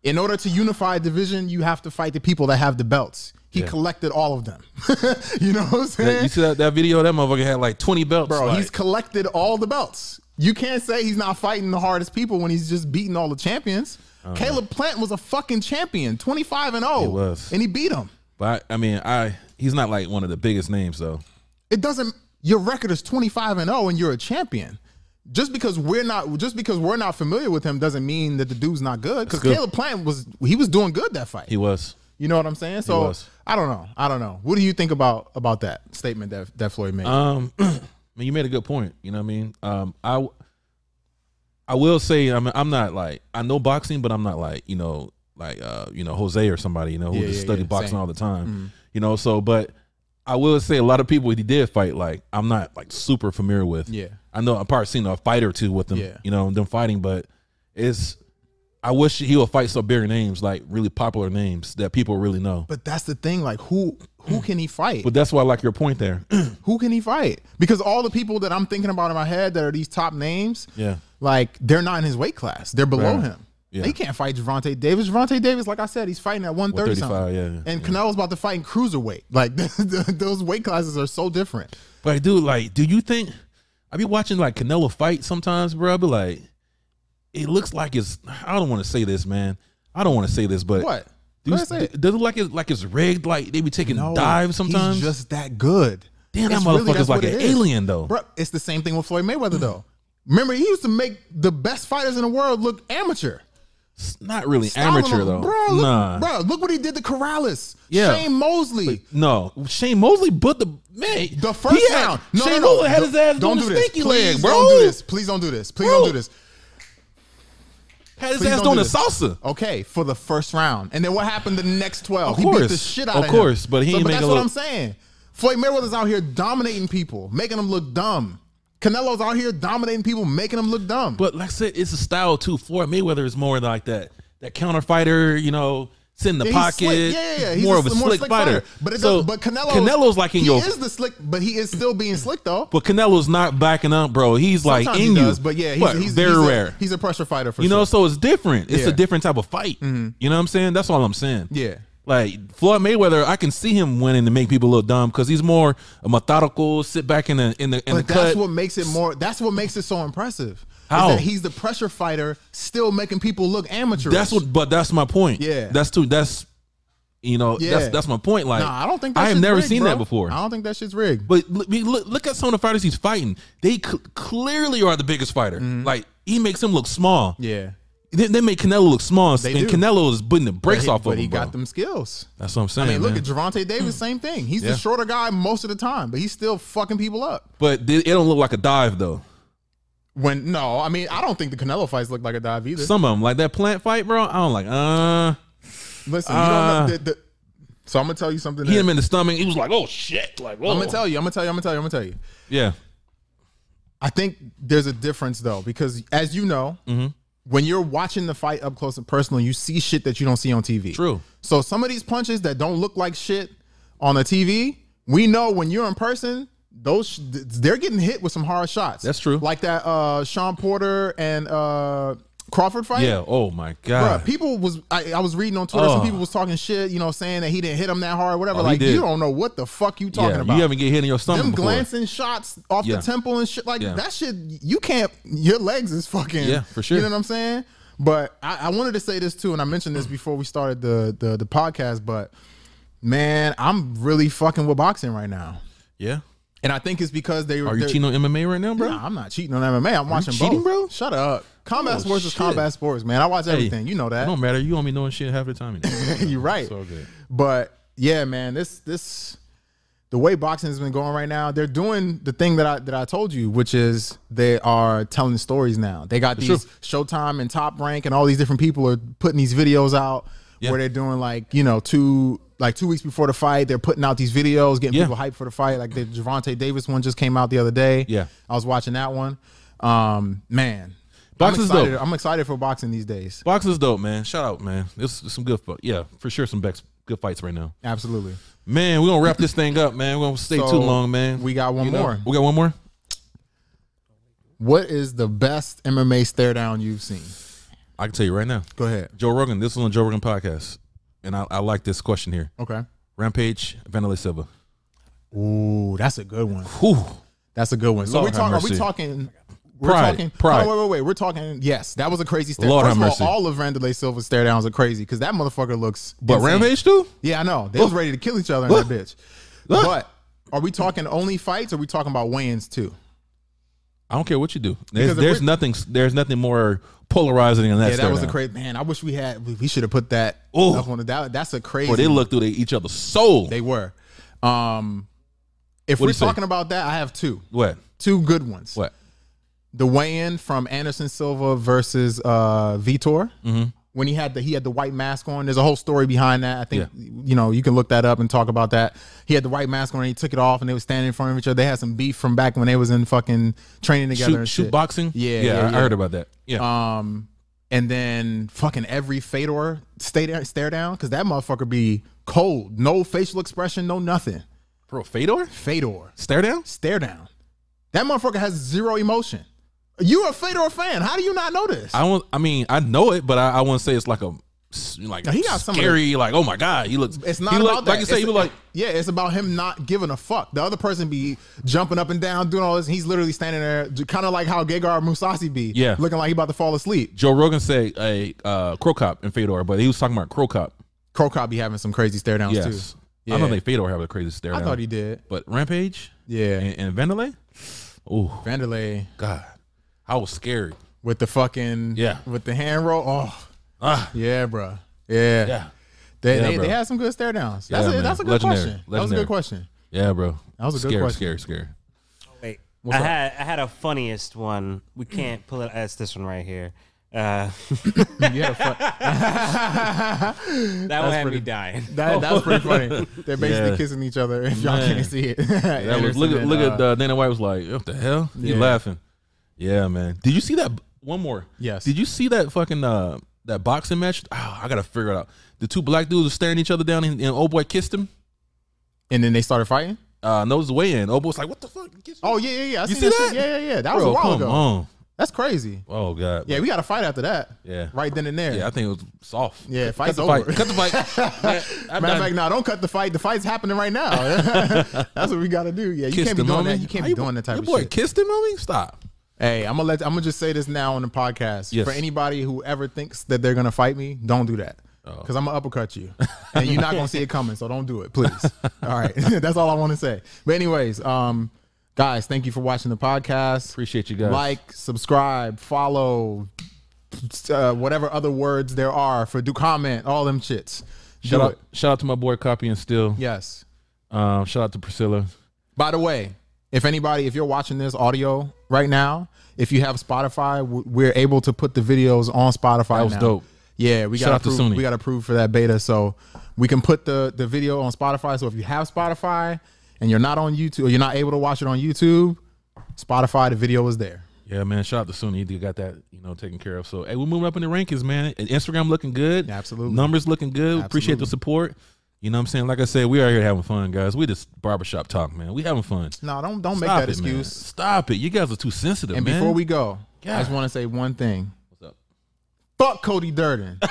S2: In order to unify a division, you have to fight the people that have the belts. He
S1: Yeah.
S2: collected all of them. you know what I'm saying?
S1: You see that, that video? That motherfucker had like 20 belts.
S2: Bro,
S1: like-
S2: Oh, he's collected all the belts. You can't say he's not fighting the hardest people when he's just beating all the champions. Caleb Plant was a fucking champion, 25 and 0.
S1: was.
S2: And he beat him.
S1: but I, I mean, I he's not like one of the biggest names though.
S2: It doesn't your record is 25 and 0 and you're a champion. Just because we're not just because we're not familiar with him doesn't mean that the dude's not good. Because
S1: good.
S2: Caleb Plant was he was doing good that fight.
S1: He was.
S2: You know what I'm saying? So
S1: was.
S2: I don't know. I don't know. What do you think about about that statement that that Floyd made?
S1: Um, I mean, you made a good point. You know what I mean? Um, I w- I will say I'm I'm not like I know boxing, but I'm not like you know like uh you know Jose or somebody you know who
S2: Yeah,
S1: just
S2: yeah,
S1: studied
S2: yeah,
S1: boxing
S2: same. Mm-hmm.
S1: all the time. You know, so but I will say a lot of people he did fight like I'm not like super familiar with.
S2: Yeah.
S1: I know I've probably seen a fight or two with them.
S2: Yeah.
S1: you know them fighting, but it's. I wish he would fight some bigger names, like really popular names that people really know.
S2: but that's the thing. Like who who can he fight?
S1: But that's why I like your point there.
S2: who can he fight? Because all the people that I'm thinking about in my head that are these top names,
S1: yeah.
S2: like they're not in his weight class. They're below
S1: Right.
S2: him.
S1: Yeah.
S2: They can't fight Javante Davis. Javante Davis, like I said, he's fighting at 130 something.
S1: 135, yeah,
S2: and
S1: yeah.
S2: Canelo's about to fight in cruiserweight. Like those weight classes are so different.
S1: But dude, like, do you think I be watching like Canelo fight sometimes, bro? I be like, it looks like it's. I don't want to say this, man. I don't want to say this, but
S2: What?
S1: Do,
S2: Go
S1: you-
S2: ahead, say
S1: do-
S2: it.
S1: does it look like it's like it's rigged? Like they be taking
S2: No,
S1: dives sometimes.
S2: He's just that good.
S1: Damn, that
S2: It's really-
S1: motherfucker's
S2: that's
S1: like
S2: what it
S1: an
S2: is.
S1: alien, though.
S2: Bro, it's the same thing with Floyd Mayweather though. Remember, he used to make the best fighters in the world look amateur.
S1: It's not really
S2: Stopping
S1: amateur
S2: him.
S1: though.
S2: Bro, look,
S1: nah,
S2: bro, look what he did to Corrales.
S1: Yeah.
S2: Shane Mosley.
S1: no. Shane Mosley, but the man,
S2: The first
S1: he had-
S2: round. No, no,
S1: Shane
S2: no.
S1: Mosley had
S2: Don't-
S1: his ass
S2: Don't
S1: doing
S2: do
S1: the
S2: this.
S1: stinky
S2: Please
S1: leg, bro.
S2: don't do this. Please don't do this. Please
S1: Bro.
S2: don't do this.
S1: Had his
S2: Please
S1: ass
S2: don't
S1: doing
S2: do
S1: the
S2: this.
S1: salsa.
S2: Okay, for the first round, and then what happened the next twelve?
S1: Of
S2: he beat the
S1: course.
S2: shit out
S1: Of
S2: of,
S1: course,
S2: him.
S1: but he ain't
S2: but
S1: make
S2: that's
S1: a
S2: what
S1: look-
S2: I'm saying. Floyd Mayweather's out here dominating people, making them look dumb. Canelo's out here dominating people, making them look dumb.
S1: But like I said, it's a style too. Floyd Mayweather is more like that that counter fighter, you know, sit in the
S2: Yeah, he's
S1: pocket.
S2: slick. Yeah, yeah, yeah. He's
S1: more
S2: a
S1: of a
S2: sli-
S1: slick, fighter.
S2: But it
S1: so
S2: does, but Canelo,
S1: Canelo's like in
S2: he
S1: your.
S2: is the slick, but he is still being slick though.
S1: but Canelo's not backing up, bro. He's like
S2: Sometimes
S1: in
S2: he
S1: you.
S2: does, but yeah, he's,
S1: But
S2: he's,
S1: very
S2: he's a-
S1: rare.
S2: he's a pressure fighter for
S1: you know,
S2: sure.
S1: so it's different.
S2: Yeah.
S1: It's
S2: Mm-hmm.
S1: a different type of fight. You know what I'm saying? That's all I'm saying.
S2: Yeah.
S1: Like Floyd Mayweather, I can see him winning to make people look dumb because he's more methodical, sit back in the in the in
S2: But
S1: the
S2: that's
S1: cut.
S2: what makes it more. That's what makes it so impressive.
S1: How?
S2: Is that he's the pressure fighter, still making people look amateur.
S1: That's what, but that's my point.
S2: Yeah.
S1: that's too. That's you know,
S2: Yeah.
S1: that's that's my point. Like,
S2: Nah, I don't think. That
S1: I have
S2: shit's
S1: never
S2: rigged,
S1: seen
S2: bro.
S1: that before.
S2: I don't think that shit's rigged.
S1: But l- I mean, look, look at some of the fighters he's fighting. They cl- clearly are the biggest fighter. Like he makes him look small.
S2: Mm-hmm. yeah,
S1: They, they make Canelo look small, and
S2: do.
S1: Canelo is putting the
S2: but
S1: brakes
S2: he,
S1: off
S2: but
S1: of
S2: he
S1: him. bro.
S2: got them skills.
S1: That's what I'm
S2: I
S1: saying.
S2: mean, look
S1: man.
S2: at Javante Davis. Same thing. He's
S1: Yeah.
S2: the shorter guy most of the time, but he's still fucking people up.
S1: but th- it don't look like a dive though.
S2: When no, I mean, I don't think the Canelo fights look like a dive either.
S1: Some of them, like that plant fight, bro. I don't like. Uh,
S2: Listen,
S1: Uh,
S2: you don't know. The, the, so I'm gonna tell you something.
S1: hit
S2: that-
S1: him in the stomach. He was like, "Oh shit!" Like,
S2: I'm gonna tell you. I'm gonna tell you. I'm gonna tell you. I'm gonna tell you.
S1: yeah,
S2: I think there's a difference though, because as you know,
S1: Mm-hmm.
S2: when you're watching the fight up close and personal, you see shit that you don't see on TV.
S1: True.
S2: So some of these punches that don't look like shit on the TV, we know when you're in person, those sh- th- they're getting hit with some hard shots.
S1: That's true.
S2: Like that uh Sean Porter and uh Crawford fight.
S1: yeah. Oh my
S2: Bruh,
S1: god.
S2: people was I, I was reading on Twitter. Some
S1: Oh.
S2: people was talking shit, you know, saying that he didn't hit him that hard, whatever.
S1: Oh, he
S2: like
S1: did.
S2: you don't know what the fuck you talking
S1: yeah,
S2: about
S1: you haven't get hit in your stomach.
S2: them
S1: before.
S2: glancing shots off
S1: Yeah.
S2: the temple and shit like
S1: Yeah.
S2: that shit you can't your legs is fucking
S1: Yeah, for sure.
S2: you know what i'm saying but I, I wanted to say this too and i mentioned this before we started the the, the podcast but man i'm really fucking with boxing right now
S1: Yeah.
S2: and i think it's because they
S1: Are you
S2: they're-
S1: cheating on MMA right now, bro?
S2: Nah, i'm not cheating on mma i'm watching
S1: cheating,
S2: both.
S1: bro?
S2: shut up combat
S1: Oh,
S2: sports is
S1: shit.
S2: combat sports man i watch everything you know
S1: It
S2: that
S1: don't matter. You don't be knowing shit half the time. anymore.
S2: You're right.
S1: So good.
S2: But yeah, man, this this the way boxing has been going right now, they're doing the thing that I that I told you, which is they are telling stories now. They got these Showtime and Top Rank and all these different people are putting these videos out
S1: Yeah.
S2: where they're doing like you know two like two weeks before the fight, they're putting out these videos, getting
S1: Yeah.
S2: people hyped for the fight. Like the Javante Davis one just came out the other day.
S1: Yeah.
S2: I was watching that one. Um, man.
S1: Boxing's
S2: I'm excited.
S1: dope.
S2: I'm excited for boxing these days.
S1: Box is dope, man. Shout out, man. It's, it's some good, fu- yeah, for sure. Some bex, good fights right now,
S2: Absolutely.
S1: man. We're gonna wrap this thing up, man. We're gonna stay
S2: So,
S1: too long, man.
S2: we got one
S1: know?
S2: more.
S1: We got one more.
S2: What is the best MMA stare down you've seen?
S1: I can tell you right now,
S2: Go ahead.
S1: Joe Rogan. This is on the Joe Rogan podcast, and I, I like this question here.
S2: Okay.
S1: Rampage, Vanderlei Silva.
S2: Ooh, that's a good one.
S1: Whew.
S2: That's a good one. So
S1: Lord
S2: we talk,
S1: have
S2: are we
S1: mercy.
S2: talking? We're
S1: Pride,
S2: talking.
S1: pride.
S2: No, wait, wait, wait. We're talking. Yes, that was a crazy stare.
S1: Lord
S2: First of
S1: have
S2: all,
S1: mercy.
S2: all of Vanderlei Silva's stare downs are crazy because that motherfucker looks.
S1: But
S2: insane.
S1: Rampage too.
S2: Yeah, I know. They was ready to kill each other in that bitch. But are we talking only fights? Or are we talking about weigh-ins too?
S1: I don't care what you do. There's,
S2: Because if
S1: there's
S2: we're-
S1: nothing. There's nothing more polarizing than that.
S2: Yeah, that was a
S1: the crazy.
S2: crazy man. I wish we had. We, we should have put that
S1: Ooh.
S2: up on the. That, that's a crazy.
S1: Boy, they look through they, each other's soul.
S2: They were. Um, if
S1: What do
S2: we're
S1: you say?
S2: talking about that, I have two,
S1: what?
S2: two good ones.
S1: What?
S2: The weigh-in from Anderson Silva versus uh, Vitor.
S1: Mm-hmm.
S2: When he had the he had the white mask on. There's a whole story behind that. I think you know you can look that up and talk about that. He had the white mask on and he took it off and they were standing in front of each other. They had some beef from back when they was in fucking training together.
S1: Shoot,
S2: and
S1: shoot
S2: shit.
S1: boxing.
S2: Yeah,
S1: yeah,
S2: yeah,
S1: I, I
S2: yeah.
S1: heard about that. Yeah,
S2: Um, and then fucking every Fedor stay stare down because that motherfucker be cold, no facial expression, no nothing.
S1: bro. Fedor
S2: Fedor
S1: stare down.
S2: stare down. That motherfucker has zero emotion. You're a Fedor fan. How do you not know this?
S1: I won't. I mean, I know it, but I, I wouldn't say it's like a s- like
S2: He
S1: he
S2: got
S1: got
S2: some of
S1: scary. Like, oh my god, he looks.
S2: it's not
S1: he
S2: about
S1: look-
S2: that.
S1: Like you say,
S2: It's-
S1: he look like
S2: yeah, it's about him not giving a fuck. The other person be jumping up and down, doing all this. And he's literally standing there, kind of like how Gegard Mousasi be,
S1: Yeah.
S2: looking like he about to fall asleep.
S1: Joe Rogan say a uh, crow cop and Fedor, but he was talking about crow cop.
S2: Krokop be having some crazy stare downs
S1: Yes,
S2: too.
S1: I
S2: Yeah.
S1: don't think Fedor had a crazy stare
S2: I
S1: down.
S2: thought he did.
S1: but Rampage,
S2: Yeah.
S1: and, and Vandalay. Oh
S2: Vanderlei
S1: God, I was scared.
S2: with the fucking
S1: Yeah.
S2: with the hand roll. Oh
S1: Ah,
S2: yeah, bro. Yeah,
S1: yeah,
S2: They,
S1: Yeah,
S2: they,
S1: bro.
S2: they had some good stare downs. That's,
S1: Yeah,
S2: a,
S1: man.
S2: that's a good
S1: Legendary.
S2: question. That was a
S1: Legendary.
S2: good question.
S1: yeah, bro.
S2: That was a good
S1: scary,
S2: question.
S1: scary, scary.
S6: Wait,
S2: What's
S6: I
S2: up?
S6: had I had a funniest one. We can't pull it. It's this one right here. Uh,
S2: Yeah, fu-
S3: That one had me dying.
S2: that, that's pretty funny. They're basically
S1: Yeah.
S2: kissing each other if y'all
S1: Man.
S2: can't see it.
S1: That was,
S2: Anderson
S1: look at
S2: and,
S1: look at
S2: uh,
S1: uh, Dana White was like, what the hell? You
S2: Yeah.
S1: laughing? Yeah, man. Did you see that? One more.
S2: Yes.
S1: Did you see that fucking uh that boxing match? Oh, I gotta figure it out. The two black dudes were staring each other down, and, and old boy kissed him.
S2: and then they started fighting.
S1: Uh, and that was the way in. Old boy was like, "What the fuck?" Kiss me?"
S2: Oh yeah, yeah, yeah. I seen
S1: You see
S2: that? shit.
S1: that?
S2: Yeah, yeah, yeah. That was
S1: Bro,
S2: a while
S1: come
S2: ago.
S1: on.
S2: That's crazy.
S1: Oh god.
S2: Yeah, we got a fight after that.
S1: Yeah.
S2: right then and there.
S1: Yeah, I think it was soft.
S2: Yeah,
S1: Cut-
S2: fight's
S1: cut the
S2: over.
S1: Fight. Cut the fight. Man, I'm
S2: Matter of
S1: done.
S2: fact, no, don't cut the fight. The fight's happening right now. That's what we got to do. Yeah, you
S1: Kissed
S2: can't be
S1: him,
S2: doing
S1: homie.
S2: that. You can't
S1: How
S2: be doing that type
S1: your
S2: of
S1: boy
S2: shit.
S1: kissed him, homie. Stop.
S2: Hey, I'm gonna let I'm gonna just say this now on the podcast.
S1: Yes.
S2: For anybody who ever thinks that they're gonna fight me, don't do that.
S1: Oh.
S2: Because I'm gonna uppercut you, and you're not gonna see it coming. So don't do it, please. all right, that's all I want to say. But anyways, um, guys, thank you for watching the podcast.
S1: Appreciate you guys.
S2: Like, subscribe, follow, uh, whatever other words there are for do comment, all them shits.
S1: Shout
S2: do
S1: out,
S2: it.
S1: shout out to my boy Copy and Still.
S2: Yes.
S1: Um, shout out to Priscilla.
S2: By the way, if anybody, if you're watching this audio right now, if you have Spotify, w- we're able to put the videos on Spotify.
S1: That was
S2: now.
S1: dope.
S2: Yeah, we
S1: Shout
S2: got
S1: out to
S2: approved.
S1: Sony.
S2: We got approved for that beta, so we can put the the video on Spotify. So if you have Spotify and you're not on YouTube, or you're not able to watch it on YouTube, Spotify, the video is there.
S1: Yeah, man. Shout out to Sunny. He got that, you know, taken care of. So, hey, we're moving up in the rankings, man. And Instagram looking good.
S2: Yeah, absolutely.
S1: Numbers looking good. Appreciate
S2: Absolutely.
S1: the support. You know what I'm saying? Like I said, we are here having fun, guys. We just barbershop talk, man. We having fun.
S2: No, don't don't make
S1: Stop
S2: that
S1: it, man.
S2: excuse.
S1: Stop it. You guys are too sensitive,
S2: And
S1: man.
S2: before we go, I just
S1: God.
S2: want to say one thing.
S1: What's up?
S2: Fuck Cody Durden.
S1: All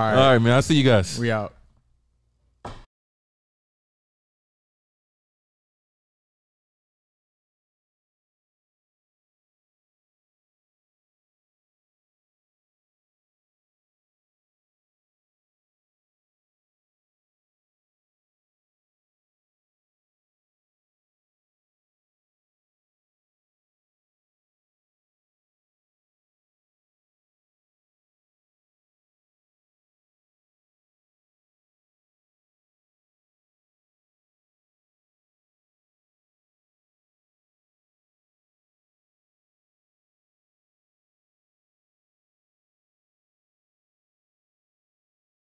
S1: right, man. I'll see you guys.
S2: we out.